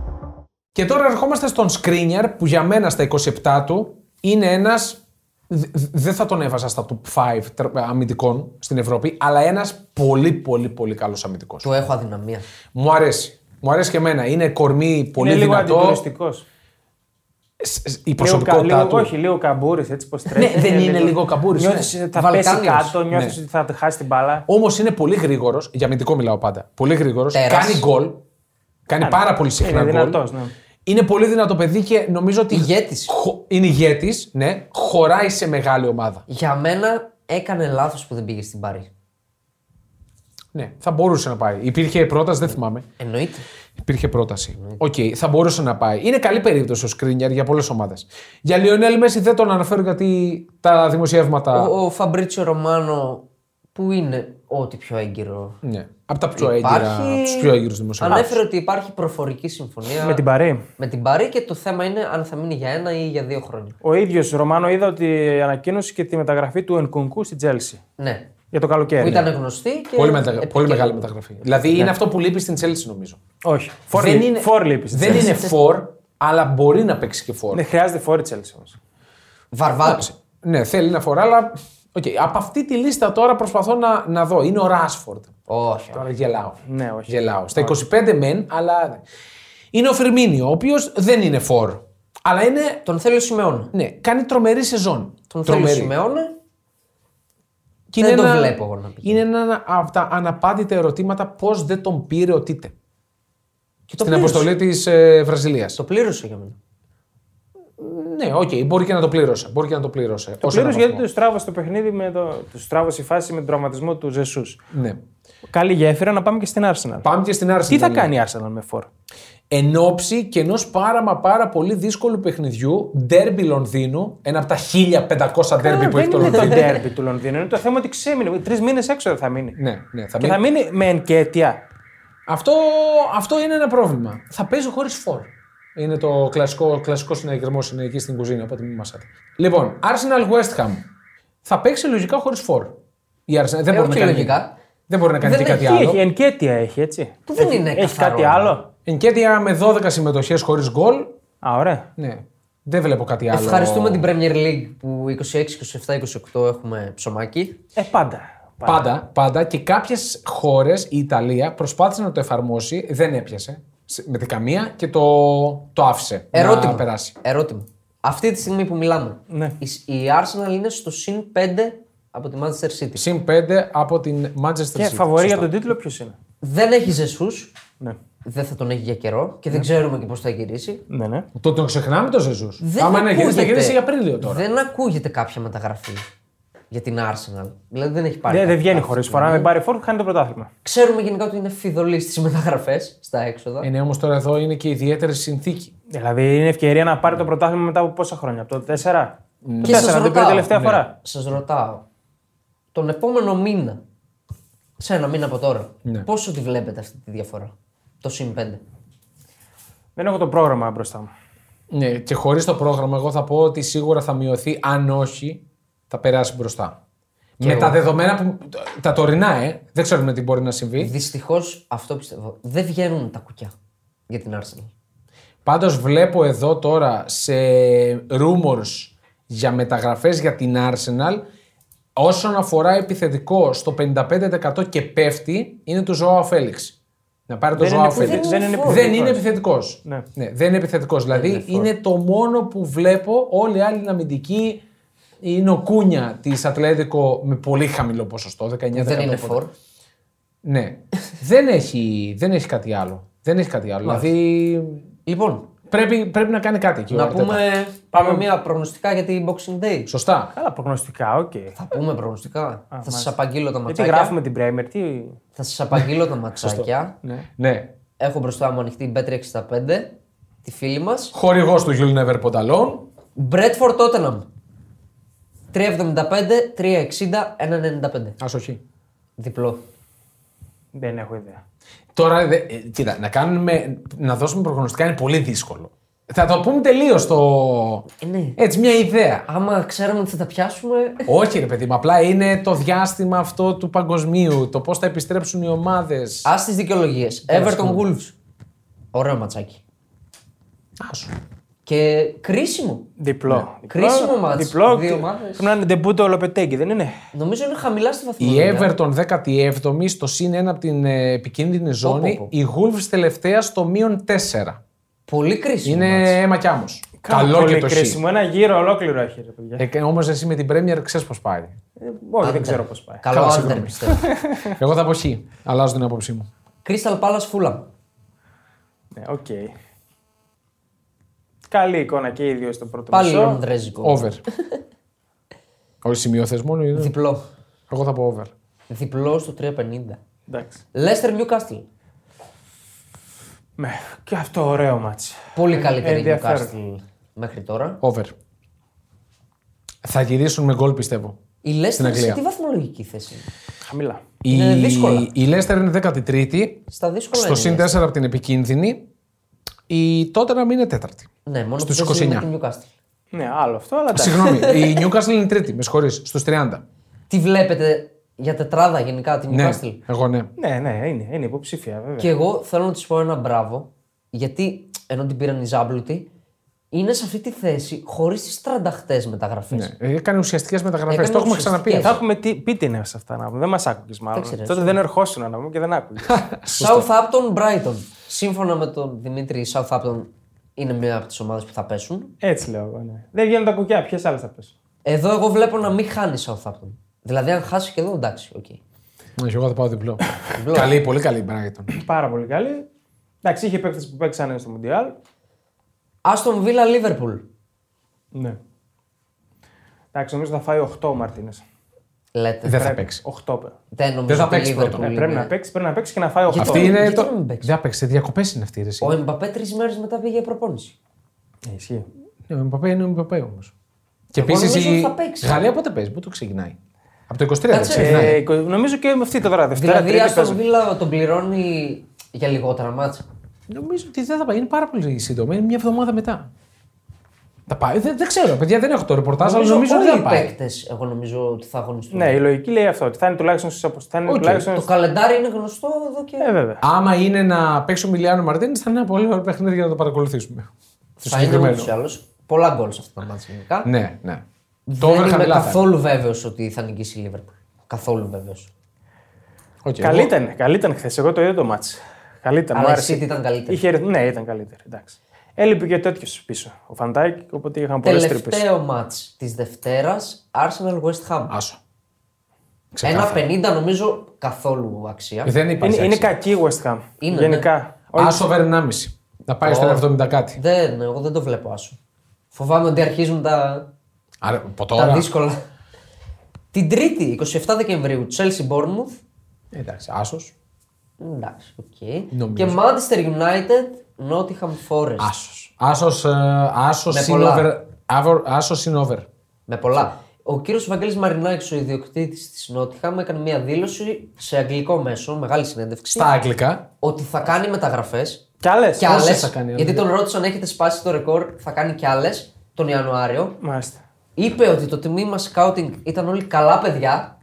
A: Και τώρα ερχόμαστε στον Skriniar που για μένα στα 27 του είναι ένας. Δεν θα τον έβαζα στα top 5 τρα- αμυντικών στην Ευρώπη, αλλά ένας πολύ πολύ πολύ καλός αμυντικός.
C: Του έχω αδυναμία.
A: Μου αρέσει. Μου αρέσει και εμένα. Είναι κορμί πολύ
B: είναι λίγο
A: δυνατό.
B: αντιτουριστικός.
A: Σ- σ- Η
B: Λίγο, κα-
A: προσωπικότητά
B: λίγο-
A: του.
B: όχι, λίγο καμπούρης έτσι πώ τρέχει.
A: Ναι, δεν είναι λίγο καμπούρης,
B: Νιώθεις
A: ναι.
B: ότι θα πέσει
C: Βαλκάνιος.
B: κάτω, νιώθεις ότι θα χάσει την μπάλα.
A: Όμως είναι πολύ γρήγορος. Για αμυντικό μιλάω πάντα. Πολύ γρήγορος.
C: Τέρας.
A: Κάνει γκολ. Κάνει πάρα πολύ συχνά
B: Ναι, Είναι
A: γκολ.
B: δυνατός, ναι.
A: Είναι πολύ δυνατό παιδί και νομίζω ότι.
C: Ηγέτης.
A: Χο- Είναι ηγέτης, ναι. Χωράει σε μεγάλη ομάδα.
C: Για μένα έκανε λάθος που δεν πήγε στην Πάρη.
A: Ναι, θα μπορούσε να πάει. Υπήρχε πρόταση, δεν θυμάμαι.
C: Εννοείται.
A: Υπήρχε πρόταση.
C: Ναι.
A: Οκ, θα μπορούσε να πάει. Είναι καλή περίπτωση ο Σκρίνιαρ για πολλές ομάδες. Για Λιονέλ Μέση δεν τον αναφέρω γιατί τα δημοσιεύματα.
C: Ο, ο Φαμπρίτσιο Ρωμάνο που είναι ό,τι πιο έγκυρο.
A: Ναι, από τα πιο έγκυρα. Από
C: Υπάρχει...
A: τους πιο έγκυρους δημοσιογράφους.
C: Ανέφερε ότι υπάρχει προφορική συμφωνία
B: Με την παρή.
C: με την Πάρη και το θέμα είναι αν θα μείνει για ένα ή για δύο χρόνια.
B: Ο ίδιος Ρωμάνο είδα ότι ανακοίνωσε και τη μεταγραφή του Ενκουνκού στη Τζέλση
C: Ναι.
B: για το καλοκαίρι.
C: Που ήταν γνωστή και.
A: Πολύ, μετα...
C: επικαιρό.
A: πολύ μεγάλη μεταγραφή. Δηλαδή
C: Ναι.
A: είναι αυτό που λείπει στην Chelsea νομίζω.
B: Όχι. Φορ,
A: δεν
B: δεν
A: είναι,
B: φορ λείπει στη
A: δεν
B: Chelsea.
A: είναι φορ, αλλά μπορεί να παίξει και φορ.
B: Δεν χρειάζεται φορ η Τζέλση όμω.
C: Βαρβάτη.
A: Ναι, θέλει να φορά, αλλά. οκ, Από αυτή τη λίστα τώρα προσπαθώ να, να δω. Είναι ο Ράσφορντ.
C: Όχι.
A: Τώρα γελάω.
B: Ναι, όχι.
A: Γελάω. Στα 25 μεν, αλλά. Είναι ο Φιρμίνιο, ο οποίος δεν είναι φορ. Αλλά είναι.
C: Τον θέλει ο Σιμεώνα.
A: Ναι, κάνει τρομερή σεζόν.
C: Τον θέλει ο
A: τρομερή.
C: Σιμεώνα.
A: Και
C: Δεν το βλέπω εγώ να πηγαίνει.
A: Είναι ένα από τα αναπάντητα ερωτήματα πώς δεν τον πήρε ο Τίτε.
C: Και το
A: Στην
C: πλήρωσε.
A: αποστολή της ε, Βραζιλίας.
C: Το πλήρωσε για μένα.
A: Ναι, οκ, μπορεί και να το πλήρωσε. Μπορεί και να το πλήρωσε.
B: Το
A: Ως έναν
B: πλήρω γιατί
A: βαθμό.
B: τους τράβωσε το παιχνίδι με το. Τους τράβωσε η φάση με τον τραυματισμό του Ζεσούς.
A: Ναι.
B: Καλή γέφυρα να πάμε και στην Arsenal.
A: Πάμε και στην Arsenal.
B: Τι θα κάνει η Arsenal με φορ.
A: Εν ώψη και ενός πάρα μα πάρα πολύ δύσκολου παιχνιδιού, ντέρμπι Λονδίνου, ένα από τα 1500 ντέρμπι που έχει το
B: δεν είναι το
A: Λονδίνο.
B: ντέρμπι του Λονδίνου. Είναι το θέμα ότι ξέμεινε. Τρεις μήνες έξω θα μείνει.
A: Ναι, ναι, θα
B: Και
A: μείνει.
B: θα μείνει με ενκέτεια.
A: Αυτό, αυτό είναι ένα πρόβλημα. Θα παίζω χωρίς φορ. Είναι το κλασικό, κλασικό συναγερμό είναι εκεί στην κουζίνα, οπότε μην μασάτε. Λοιπόν, Arsenal West Ham. Θα παίξει λογικά χωρίς φορ. Η Arsenal δεν, μπορεί να
C: όχι
A: κάνει,
C: λογικά.
A: δεν μπορεί να κάνει
C: Δεν
A: και κάτι
B: Τι
A: άλλο.
B: έχει, ενκέτεια έχει έτσι.
C: Που δεν
B: Έχει-
C: είναι
B: Έχει
C: καθαρό.
B: κάτι άλλο.
A: Ενκέτεια με 12 συμμετοχές χωρίς γκολ.
B: Α, ωραία.
A: Ναι. Δεν βλέπω κάτι άλλο.
C: Ευχαριστούμε την Premier League που 26, 27, 28 έχουμε ψωμάκι.
B: Ε, πάντα.
A: Πάντα, πάντα και κάποιες χώρες, η Ιταλία προσπάθησε να το εφαρμόσει, δεν έπιασε σε- με την καμία και το, το άφησε.
C: Ερώτημα.
A: Να περάσει.
C: Ερώτημα. Αυτή τη στιγμή που μιλάμε,
B: Ναι.
C: η, η Arsenal είναι στο συν 5 από τη Manchester City.
A: Συν 5 από την Manchester
B: Και
A: City.
B: φαβορή για
A: Σωστά.
B: τον τίτλο ποιος είναι.
C: Δεν έχει Ζεσούς,
B: Ναι.
C: δεν θα τον έχει για καιρό και δεν ξέρουμε και πώς θα γυρίσει.
B: Ναι, ναι.
A: Το τον ξεχνάμε τον Ζεζού.
C: Δεν
A: Άμα ναι, γυρίσει, θα
C: ακούγεται-
A: γυρίσει για Απρίλιο τώρα.
C: Δεν ακούγεται κάποια μεταγραφή για την Arsenal. Δηλαδή δεν έχει πάρει.
B: Ναι, Δεν, δεν
C: κάτι
B: βγαίνει
C: αυτή
B: χωρί
C: τη
B: φορά. Αν
C: στιγμή.
B: δεν πάρει φόρ, χάνει το πρωτάθλημα.
C: Ξέρουμε γενικά ότι είναι φιδωλής στις μεταγραφές στα έξοδα.
A: Ε, ναι, όμως τώρα εδώ είναι και ιδιαίτερη συνθήκη.
B: Δηλαδή είναι ευκαιρία να πάρει το πρωτάθλημα μετά από πόσα χρόνια. Από το 4. Το 4
C: Και σας
B: δεν πήρε
C: ρωτάω.
B: τελευταία
C: Ναι.
B: φορά.
C: Σας ρωτάω, τον επόμενο μήνα, σε ένα μήνα από τώρα, πόσο τη βλέπετε αυτή τη διαφορά, το συν 5.
B: Δεν έχω το πρόγραμμα μπροστά μου.
A: Ναι, και χωρίς το πρόγραμμα, εγώ θα πω ότι σίγουρα θα μειωθεί. Αν όχι, θα περάσει μπροστά. με τα δεδομένα που. τα τωρινά, ε. Δεν ξέρουμε τι μπορεί να συμβεί.
C: Δυστυχώς αυτό πιστεύω. Δεν βγαίνουν τα κουκιά για την Arsenal.
A: Πάντως βλέπω εδώ τώρα σε rumors για μεταγραφές για την Arsenal όσον αφορά επιθετικό στο 55% και πέφτει είναι του Ζωάο Φέληξ. Να πάρει το
B: Δεν
A: Ζωάο
B: είναι, που-
A: Φέληξ.
B: δεν είναι
C: Δεν
B: που-
A: Δεν είναι επιθετικός.
B: Ναι.
A: δεν είναι επιθετικός. Δηλαδή είναι, το μόνο που βλέπω. Όλοι οι άλλοι είναι αμυντικοί. Είναι ο Κούνια της Ατλέτικο με πολύ χαμηλό ποσοστό, 19%.
B: Ε,
C: Δεν είναι
A: οπότε.
C: φορ.
A: Ναι. δεν, έχει, δεν έχει κάτι άλλο. Δεν έχει κάτι άλλο. Δηλαδή
C: Λοιπόν,
A: Πρέπει, πρέπει να κάνει κάτι εκεί. ο
C: να
A: Αρτέτα.
C: πούμε
B: Ε,
C: πάμε μία προγνωστικά για την Boxing Day.
A: Σωστά.
B: Καλά, προγνωστικά, οκ.
C: Θα πούμε προγνωστικά. θα σας απαγγείλω τα
B: Γιατί
C: ματσάκια.
B: γράφουμε την Πρέμερ, τι.
C: Θα σας απαγγείλω τα ματσάκια.
A: Ναι.
C: Έχω μπροστά μου ανοιχτή B365, τη φίλη μας.
A: Χορηγός του You'll Never Put Alone.
C: Μπρέτφορ Τότεναμ. 3,75, 3,60, 1,95.
A: Ας όχι.
C: Διπλό.
B: Δεν έχω ιδέα.
A: Τώρα, δε- ε, κοίτα, να, κάνουμε, να δώσουμε προγνωστικά είναι πολύ δύσκολο. Θα το πούμε τελείως το.
C: ναι.
A: Έτσι, μια ιδέα.
C: Άμα ξέραμε ότι θα τα πιάσουμε.
A: όχι, ρε παιδί μου, απλά είναι το διάστημα αυτό του παγκοσμίου, το πώς θα επιστρέψουν οι ομάδες.
C: Ας τις δικαιολογίες. Everton Wolves. Ωραίο ματσάκι.
A: Άσου.
C: Και Και κρίσιμο.
B: Διπλό. Ναι. Διπλό,
C: Κρίσιμο μάτς.
B: Διπλό.
C: Δύο ομάδες.
B: Πρέπει να είναι ντεμπούτο ο Λοπετέγκη, δεν είναι.
C: Νομίζω είναι χαμηλά στη
A: Η
C: βαθμολογία.
A: Everton 17η στο συν 1 από την ε, επικίνδυνη ζώνη.
C: πω, πω.
A: Η Wolves τελευταία στο μείον 4.
C: Πολύ κρίσιμο.
A: Είναι αίμα κι άμμος. Καλό
B: Πολύ
A: και το
B: κρίσιμο.
A: κρίσιμο.
B: Ένα γύρο ολόκληρο έχει, ρε παιδιά.
A: Ε, Όμως εσύ με την Premier ξέρεις πώς πάει.
B: Ε, Όχι, δεν ξέρω πώς πάει.
C: Καλό
A: Καλά,
C: άντερ
A: συγγνώμη.
C: πιστεύω.
A: Εγώ θα πω χ. Αλλάζω την άποψή μου.
C: Crystal Palace Fulham.
B: Ναι, οκ. Καλή εικόνα και οι δύο στο πρώτο
C: Πάλι
B: μισό.
C: λονδρέζικο.
A: Over. Όχι σημειώθε μόνο. ή δεν?
C: Διπλό.
A: Εγώ θα πω over.
C: Διπλό στο 3.50.
B: Εντάξει.
C: Leicester Newcastle.
B: Με, και αυτό ωραίο μάτς.
C: Πολύ
A: Ε,
C: καλύτερη η Newcastle
B: ενδιαφέρον.
C: μέχρι τώρα.
A: Over. Θα γυρίσουν με γκολ πιστεύω.
C: Η Leicester σε
A: Αγγλία.
C: τι βαθμολογική θέση είναι.
B: Χαμηλά.
C: Είναι
A: η...
C: Ε, δύσκολα.
A: Η Leicester είναι 13η.
C: Στα δύσκολα
A: Στο συν
C: είναι. η
A: 4 από την επικίνδυνη. Η Tottenham είναι τέταρτη.
C: Leicester. Ναι, μόνο
A: στους
C: που παίζει
A: 29.
C: με την Newcastle.
B: Ναι, άλλο αυτό, αλλά εντάξει.
A: Συγγνώμη, η Newcastle είναι τρίτη, με συγχωρείς, στους 30.
C: Τι βλέπετε για τετράδα γενικά την
A: Ναι,
C: Newcastle.
A: εγώ ναι.
B: Ναι, ναι, είναι, είναι υποψήφια βέβαια.
C: Και εγώ θέλω να της πω ένα μπράβο, γιατί ενώ την πήραν οι Ζάμπλουτοι, είναι σε αυτή τη θέση χωρίς τις τρανταχτές μεταγραφές.
A: ναι. Έκανε ουσιαστικές μεταγραφές,
C: Έκανε
A: το έχουμε ξαναπεί.
C: ουσιαστικές.
B: Θα έχουμε τι, πείτε είναι σε αυτά να πούμε. Δεν μας άκουγες μάλλον.
C: ξέρω,
B: Τότε δεν ερχόσουν να πούμε και δεν άκουγες.
C: Southampton Brighton. Σύμφωνα με τον Δημήτρη, η Southampton είναι μία από τις ομάδες που θα πέσουν.
B: Έτσι λέω εγώ. Ναι. Δεν βγαίνουν τα κουκιά, ποιες άλλες θα πέσουν.
C: Εδώ εγώ βλέπω να μην χάνει η Southampton. Δηλαδή, αν χάσει και εδώ, εντάξει, οκ.
A: Όχι, εγώ θα πάω διπλό. καλή, πολύ καλή η Brighton.
B: Πάρα πολύ καλή. Εντάξει, είχε παίκτες που παίξανε στο Μουντιάλ.
C: Άστον Villa Liverpool.
B: Ναι. Εντάξει, νομίζω θα φάει 8 ο Μαρτίνες.
C: Λέτε.
A: Δεν θα παίξει.
B: 8 πέρα.
C: Δεν νομίζω
A: θα
C: ότι η
A: παίξει πρώτο.
C: Liverpool
B: Ναι, πρέπει
C: είναι-
B: να παίξει, πρέπει να παίξει και να φάει 8.
C: Γιατί-
A: Αυτή είναι
C: γιατί
A: το...
C: να μην παίξει.
A: Δεν παίξει, διακοπές είναι αυτή η ρεσί.
C: Ο Εμπαπέ τρεις μέρες μετά πήγε για προπόνηση.
B: Ε, ισχύει.
A: Ναι, ο Mbappé είναι ο Mbappé όμως. Και
C: Εγώ
A: επίσης
C: νομίζω
A: η
C: θα παίξει.
A: Γαλλία πότε παίζει, πού το ξεκινάει. Από το 23 δεν
C: Κάτσε,
A: ξεκινάει.
B: Ε, εικο- νομίζω και με αυτή το βράδυ. Δευτέρα,
C: Δηλαδή, η
B: Τρίτη
C: Άστον
B: παίζουν.
C: Villa τον πληρώνει για λιγότερα μάτσα.
A: Νομίζω ότι δεν θα πάει. Είναι πάρα πολύ σύντομο. Είναι μια εβδομάδα μετά. Θα πάει. Δεν, δεν ξέρω, παιδιά, δεν έχω το ρεπορτάζ, αλλά νομίζω ότι
C: όλοι
A: δεν
C: οι
A: πάει.
C: παίκτες, εγώ νομίζω ότι θα αγωνιστούν.
B: Ναι, η λογική λέει αυτό. Ότι θα είναι τουλάχιστον στου
A: Οκ.
B: τουλάχιστον
C: Το
B: στους-
C: καλεντάρι είναι γνωστό εδώ και.
B: Ε, βέβαια.
A: Άμα είναι να παίξει ο Μιλιάνο Μαρτίνη, θα είναι ένα πολύ ωραίο παιχνίδι για να το παρακολουθήσουμε. Το
C: θα είναι
A: Ε, συγκεκριμένο.
C: ούτω ή άλλως. Πολλά γκολ σε αυτά τα μάτια γενικά.
A: Ναι, ναι. Το
C: Δεν
A: over
C: είμαι
A: χαμηλά θα είναι.
C: καθόλου βέβαιος ότι θα νικήσει η Λίβερπουλ. Καθόλου βέβαιος.
A: Ε, Οκ,
B: Καλή
A: εγώ-
B: ήταν, καλή ήταν χθες. Εγώ το είδα το μάτς. Καλή ήταν.
C: Αλλά
B: μου
C: η
B: άρεσε.
C: City ήταν καλύτερη.
B: Είχε... ρυθ- Ναι, ήταν καλύτερη. Εντάξει. Έλειπε και τέτοιος πίσω. Ο Φαντάικ, οπότε είχαν πολλές τρύπες.
C: Τελευταίο μάτ της Δευτέρας Arsenal West Ham.
A: Άσο.
C: Ένα
A: Ξεκάθαρα.
C: 50 νομίζω καθόλου αξία.
A: Δεν
B: Είναι,
A: υπάρχει.
B: είναι
A: άξιο.
B: κακή η West Ham.
C: Είναι,
B: Γενικά. Όχι,
A: Άσο over 1,5. Να πάει στο 70 κάτι.
C: Δεν, εγώ δεν το βλέπω άσο. Φοβάμαι ότι αρχίζουν τα,
A: Άρα, από
C: τα
A: τώρα.
C: δύσκολα. Την Τρίτη, 27 Δεκεμβρίου, Chelsea Bournemouth.
A: Εντάξει, άσος.
C: Εντάξει, οκ.
A: Νομίζω.
C: Και Manchester United, Nottingham Forest.
A: Άσος. Άσος
C: Με
A: ε, είναι
C: πολλά.
A: over. Άσος είναι over.
C: Με πολλά. Ο κύριος Βαγγέλης Μαρινάκης, ο ιδιοκτήτης της Nottingham, έκανε μία δήλωση σε αγγλικό μέσο, μεγάλη συνέντευξη,
A: Στα αγγλικά.
C: ότι θα κάνει μεταγραφές.
B: Κι άλλες.
C: Και άλλες.
A: θα κάνει, δηλαδή.
C: Γιατί τον ρώτησαν, έχετε σπάσει το ρεκόρ, θα κάνει κι άλλες τον Ιανουάριο.
B: Μάλιστα.
C: Είπε ότι το τμήμα scouting ήταν όλοι καλά παιδιά,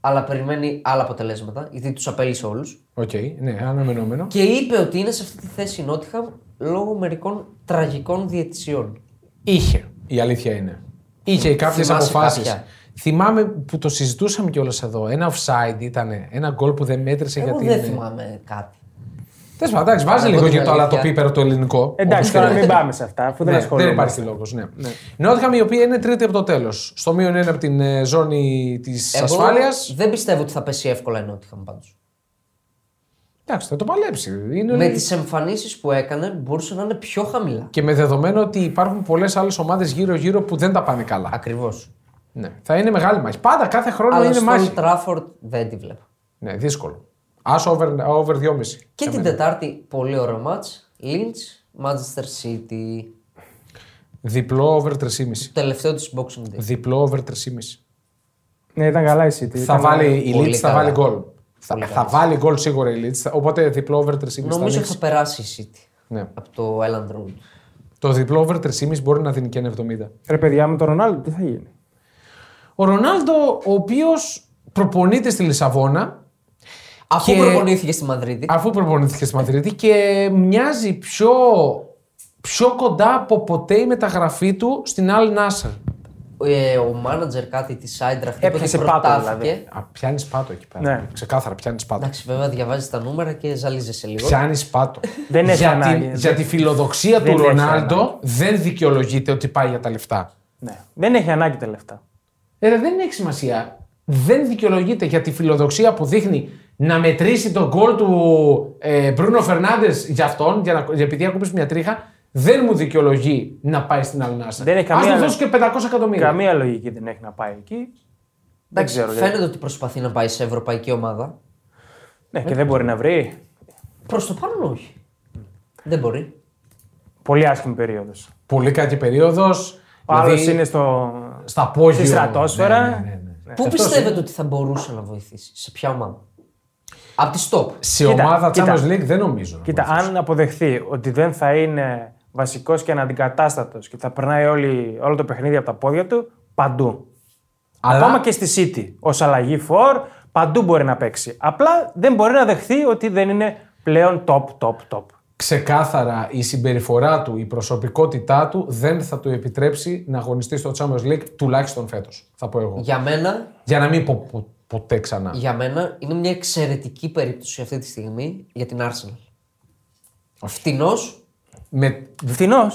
C: αλλά περιμένει άλλα αποτελέσματα, γιατί τους απέλησε όλους.
A: Οκ, ναι, αναμενόμενο.
C: Και είπε ότι είναι σε αυτή τη θέση η Nottingham λόγω μερικών τραγικών διαιτησιών.
A: Είχε. Η αλήθεια είναι. Είχε κάποιες
C: Θυμάσαι
A: αποφάσει.
C: κάποια.
A: Θυμάμαι που το συζητούσαμε κιόλας εδώ. Ένα offside ήταν. Ένα γκολ που δεν μέτρησε
C: Εγώ
A: γιατί.
C: δεν
A: είναι-
C: θυμάμαι κάτι.
A: Τέλο πάντων, εντάξει, βάζει
C: Εγώ
A: λίγο
C: την
A: και το
C: αλήθεια.
A: αλατοπίπερο το ελληνικό.
B: Εντάξει,
A: όπως
B: τώρα μην
A: θέλετε.
B: πάμε σε αυτά, αφού δεν
A: Ναι,
B: ασχολούμαι.
A: δεν υπάρχει λόγος. Ναι. Νότιχαμ η οποία είναι τρίτη από το τέλος. Στο μείον ένα από την ε, ζώνη της ασφάλειας.
C: δεν πιστεύω ότι θα πέσει εύκολα η Nottingham πάντως.
A: Εντάξει, θα το παλέψει. Είναι...
C: Με τις εμφανίσεις που έκανε μπορούσε να είναι πιο χαμηλά.
A: Και με δεδομένο ότι υπάρχουν πολλές άλλες ομάδες γύρω-γύρω που δεν τα πάνε καλά.
C: Ακριβώς.
A: Ναι. Θα είναι μεγάλη μάχη. Πάντα κάθε χρόνο
C: Αλλά
A: είναι
C: στο
A: μάχη.
C: Old Trafford δεν τη βλέπω.
A: Ναι, δύσκολο. Άσο over, over 2,5.
C: Και την Τετάρτη, πολύ ωραίο μάτς. Lynch, Manchester City.
A: Διπλό over 3,5.
C: Το τελευταίο της Boxing Day.
A: Διπλό over 3,5.
B: Ναι, ήταν καλά η City.
A: Θα
B: Ήταν-
A: βάλει η
C: πολύ
A: Leeds, θα
C: καλά.
A: βάλει γκολ. Θα, θα βάλει γκολ σίγουρα η Leeds, οπότε διπλό over 3,5 θα
C: Νομίζω
A: ανοίξει.
C: θα περάσει η City
A: Ναι.
C: από το Island Road.
A: Το διπλό over 3,5 μπορεί να δίνει και ένα 70.
B: Ρε παιδιά, με τον Ρονάλντο τι θα γίνει.
A: Ο Ρονάλντο, ο οποίος προπονείται στη Λισαβόνα,
C: Αφού
A: Και-
C: προπονήθηκε στη Μαδρίτη.
A: αφού προπονήθηκε στη Μαδρίτη και μοιάζει πιο πιο κοντά από ποτέ η μεταγραφή του στην Al Nasser.
C: Ε, ο μάνατζερ κάτι της Άιντραχτ είπε ότι
B: Έπιασε πάτο,
C: προτάθηκε.
B: δηλαδή.
A: Α, Πιάνεις πάτο εκεί πέρα.
B: Ναι.
A: Ξεκάθαρα, πιάνεις πάτο.
C: Εντάξει, βέβαια διαβάζεις τα νούμερα και ζαλίζεσαι λίγο.
A: Πιάνεις πάτο.
B: Δεν έχει
A: για,
B: ανάγκη,
A: την-
B: δεν-
A: για τη φιλοδοξία
B: δεν
A: του
B: έχει
A: Ρονάλντο δεν δικαιολογείται ότι πάει για τα λεφτά.
B: Ναι. Δεν έχει ανάγκη τα λεφτά.
A: Ε, ρε, δεν έχει σημασία. Δεν δικαιολογείται για τη φιλοδοξία που δείχνει να μετρήσει τον γκολ του ε, Μπρούνο Φερνάντε για αυτόν, για να, για- επειδή ακούμπησε μια τρίχα, δεν μου δικαιολογεί να πάει στην Αλνάσα.
B: Δεν έχει καμία
A: Ας του
B: λογική.
A: δώσω και 500 εκατομμύρια.
B: Καμία λογική δεν έχει να πάει εκεί. Δεν
C: Εντάξει,
B: ξέρω. γιατί.
C: φαίνεται ότι προσπαθεί να πάει σε ευρωπαϊκή ομάδα.
B: Ναι, και δεν μπορεί να βρει.
C: Προς το παρόν όχι. Δεν μπορεί.
B: Πολύ άσχημη περίοδος.
A: Πολύ κακή περίοδος.
B: Ο
A: Δηλαδή-
B: άλλο είναι στο...
A: στα πόδια.
B: στη στρατόσφαιρα.
A: Ναι, ναι, ναι, ναι.
C: Πού
A: Αυτός
C: πιστεύετε ότι θα μπορούσε να βοηθήσει, σε ποια ομάδα. Από τη top.
A: Σε
B: Κοίτα,
A: ομάδα
B: κοίτα.
A: Champions League δεν νομίζω. να
B: Κοίτα,
A: βοηθήσει.
B: αν αποδεχθεί ότι δεν θα είναι βασικός και αναντικατάστατος και θα περνάει όλη, όλο το παιχνίδι από τα πόδια του, παντού.
A: Αλλά-
B: Ακόμα και στη City. Ως αλλαγή φορ, παντού μπορεί να παίξει. Απλά δεν μπορεί να δεχθεί ότι δεν είναι πλέον top, top, top.
A: ξεκάθαρα η συμπεριφορά του, η προσωπικότητά του δεν θα του επιτρέψει να αγωνιστεί στο Champions League τουλάχιστον φέτος. Θα πω εγώ.
C: Για μένα,
A: Για να μην πω πο- ποτέ ξανά.
C: για μένα είναι μια εξαιρετική περίπτωση αυτή τη στιγμή για την Arsenal. Φτηνός.
A: Με...
B: Φθηνό.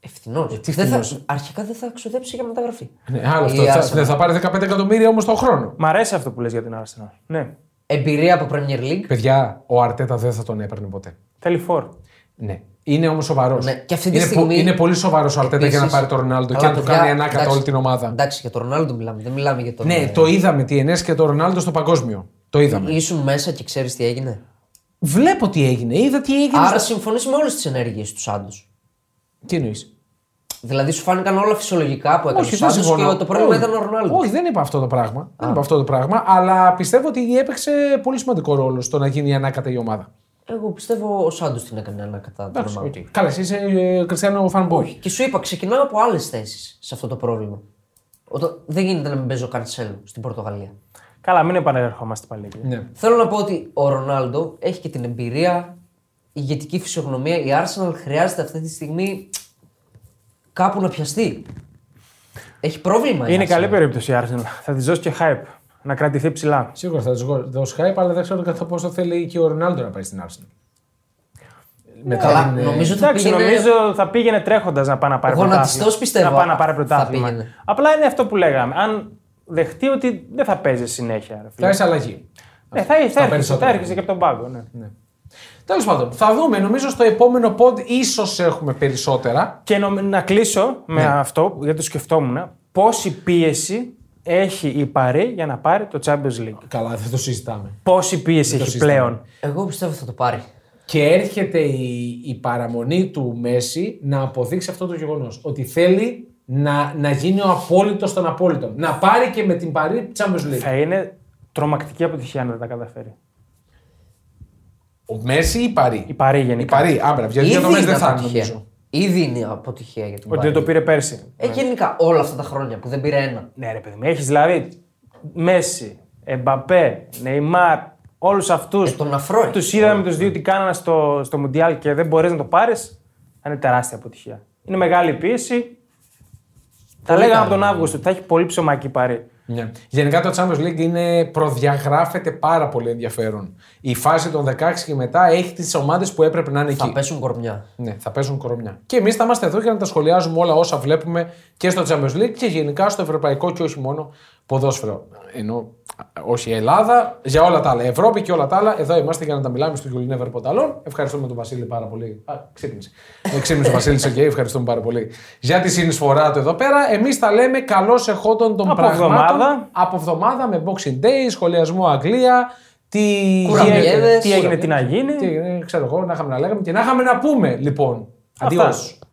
C: Ευθυνό.
A: Ε, τι φτηνός?
C: Αρχικά δεν θα ξοδέψει για μεταγραφή.
A: Ναι, άλλο
C: Η
A: αυτό. Θα-
C: Arsenal.
A: δεν θα πάρει 15 εκατομμύρια όμως τον χρόνο.
B: Μ' αρέσει αυτό που λες για την Arsenal. Ναι.
C: Εμπειρία από Premier League.
A: Παιδιά, ο Αρτέτα δεν θα τον έπαιρνε ποτέ.
B: Θέλει φορ.
A: Ναι. Είναι όμως σοβαρός.
C: Ναι, και αυτή τη
A: είναι,
C: στιγμή-
A: είναι πολύ σοβαρός ο Αρτέτα για να
C: Επίσης-
A: πάρει τον Ρονάλντο και
C: Καλά,
A: να του
C: παιδιά,
A: κάνει ανάκατα
C: εντάξει.
A: όλη την ομάδα.
C: Εντάξει, για τον Ρονάλντο μιλάμε, δεν μιλάμε για τον.
A: Ναι, το είδαμε τι ενέσχε και τον Ρονάλντο στο παγκόσμιο. Το είδαμε.
C: Ήσουν μέσα και ξέρεις τι έγινε.
A: Βλέπω τι έγινε. Είδα τι έγινε.
C: Άρα συμφωνεί με όλες τις ενέργειες τους Σάντους.
A: Τι εννοείς.
C: Δηλαδή σου φάνηκαν όλα φυσιολογικά που έκανε
A: Όχι,
C: ο
A: δεν
C: Σάντος
A: συμφωνώ.
C: και το πρόβλημα
A: Όχι.
C: ήταν ο Ρονάλντο.
A: Όχι, δεν είπα αυτό το πράγμα. Δεν είπα αυτό το πράγμα, αλλά πιστεύω ότι έπαιξε πολύ σημαντικό ρόλο στο να γίνει ανάκατα η ομάδα.
C: Εγώ πιστεύω ο Σάντος την έκανε ανακατά την
A: Εντάξει,
C: ομάδα.
A: οκ. Καλά, εσύ είσαι ε, Κριστιανό Φανμπόι.
C: Και σου είπα, ξεκινάω από άλλες θέσεις σε αυτό το πρόβλημα. Όταν δεν γίνεται να μην παίζει ο Καντσέλο στην Πορτογαλία.
B: Καλά, μην επανερχόμαστε πάλι εκεί.
A: Ναι.
C: Θέλω να πω ότι ο Ρονάλντο έχει και την εμπειρία, η ηγετική φυσιογνωμία. Η Arsenal χρειάζεται αυτή τη στιγμή κάπου να πιαστεί. Έχει πρόβλημα. η
B: Είναι
C: Arsenal.
B: καλή περίπτωση η Arsenal. Θα της δώσει και hype. Να κρατηθεί ψηλά.
A: Σίγουρα θα τους δώσω hype, αλλά δεν ξέρω κατά πόσο θέλει και ο Ρονάλντο να πάει στην Arsenal. Μετά
C: Καλά,
A: την, ε,
C: νομίζω ότι
B: Ναι. Εντάξει,
C: πήγαινε-
B: νομίζω θα πήγαινε τρέχοντας να πάει να πάρει
C: Γονατιστός πιστεύω,
B: Να πάει να
C: α,
B: πάρει
C: θα
B: πρωτάθλημα.
C: πήγαινε.
B: Απλά είναι αυτό που λέγαμε. Αν δεχτεί ότι δεν θα παίζει συνέχεια. Ρε,
A: Θα
B: φίλε.
A: έχει αλλαγή.
B: Ναι, θα, θα, έρχεσαι,
A: περισσότερα.
B: θα έρχεσαι και από τον πάγκο. Ναι.
A: Τέλος πάντων, θα δούμε. Νομίζω στο επόμενο pod ίσως έχουμε περισσότερα.
B: Και νομ- να κλείσω
C: Ναι.
B: με αυτό, γιατί το σκεφτόμουν. Πόση πίεση έχει η Παρή για να πάρει το Champions League.
A: Καλά, δεν το συζητάμε.
B: Πόση πίεση
A: το
B: έχει
A: συζητάμε.
B: πλέον.
C: Εγώ πιστεύω θα το πάρει.
A: Και έρχεται η, η παραμονή του Μέση να αποδείξει αυτό το γεγονός. Ότι θέλει να, να γίνει ο απόλυτος των απόλυτων. Να πάρει και με την Παρή Champions League.
B: Θα είναι τρομακτική αποτυχία αν δεν τα καταφέρει.
A: Ο Μέση ή η Παρή.
B: Η Παρή
A: Η
B: γενικά.
A: Παρή, άμπρα. Γιατί
C: Ήδη
A: για το Μέση
C: είναι
A: δεν θα είναι,
C: αποτυχία.
A: νομίζω.
C: Ήδη είναι αποτυχία για τον
B: Ότι δεν
C: Bayern.
B: το πήρε πέρσι.
C: Ε, γενικά όλα αυτά τα χρόνια που δεν πήρε ένα.
B: Ναι, ρε παιδί μου, έχεις δηλαδή Μέση, Εμπαπέ, Νεϊμάρ, όλους αυτούς.
C: Ε, τον Αφρόη.
B: Τους είδαμε τους δύο τι κάνανε στο, στο Μουντιάλ και δεν μπορείς να το πάρεις. Θα είναι τεράστια αποτυχία. Είναι μεγάλη πίεση. Τα λέγαμε από τον Αύγουστο ότι θα έχει πολύ ψωμάκι παρή.
A: Ναι. Γενικά το Champions League είναι, προδιαγράφεται πάρα πολύ ενδιαφέρον. Η φάση των 16 και μετά έχει τις ομάδες που έπρεπε να είναι
C: Θα
A: εκεί.
C: πέσουν κορμιά.
A: Ναι, θα παίζουν κορομιά. Και εμείς θα είμαστε εδώ για να τα σχολιάζουμε όλα όσα βλέπουμε και στο Champions League και γενικά στο ευρωπαϊκό και όχι μόνο ποδόσφαιρο. Ενώ α, όχι η Ελλάδα, για όλα τα άλλα. Ευρώπη και όλα τα άλλα. Εδώ είμαστε για να τα μιλάμε στο Γιουλίνε Βερπονταλόν. Ευχαριστούμε τον Βασίλη πάρα πολύ. Α, ξύπνησε. Ε, Ξύπνησε ο Βασίλης, οκ, ευχαριστούμε πάρα πολύ για τη συνεισφορά του εδώ πέρα. Εμείς τα λέμε καλώς εχόντων των
B: Από
A: πραγμάτων.
B: εβδομάδα.
A: Από εβδομάδα με Boxing Day, σχολιασμό Αγγλία. Τι,
C: Κουραμπιέδες.
A: έγινε-
C: Τι
B: έγινε, τι να γίνει.
A: ε, τι έγινε, ξέρω εγώ, να είχαμε να λέγαμε και να είχαμε να πούμε λοιπόν.
B: Αυτά.
A: Αντίο.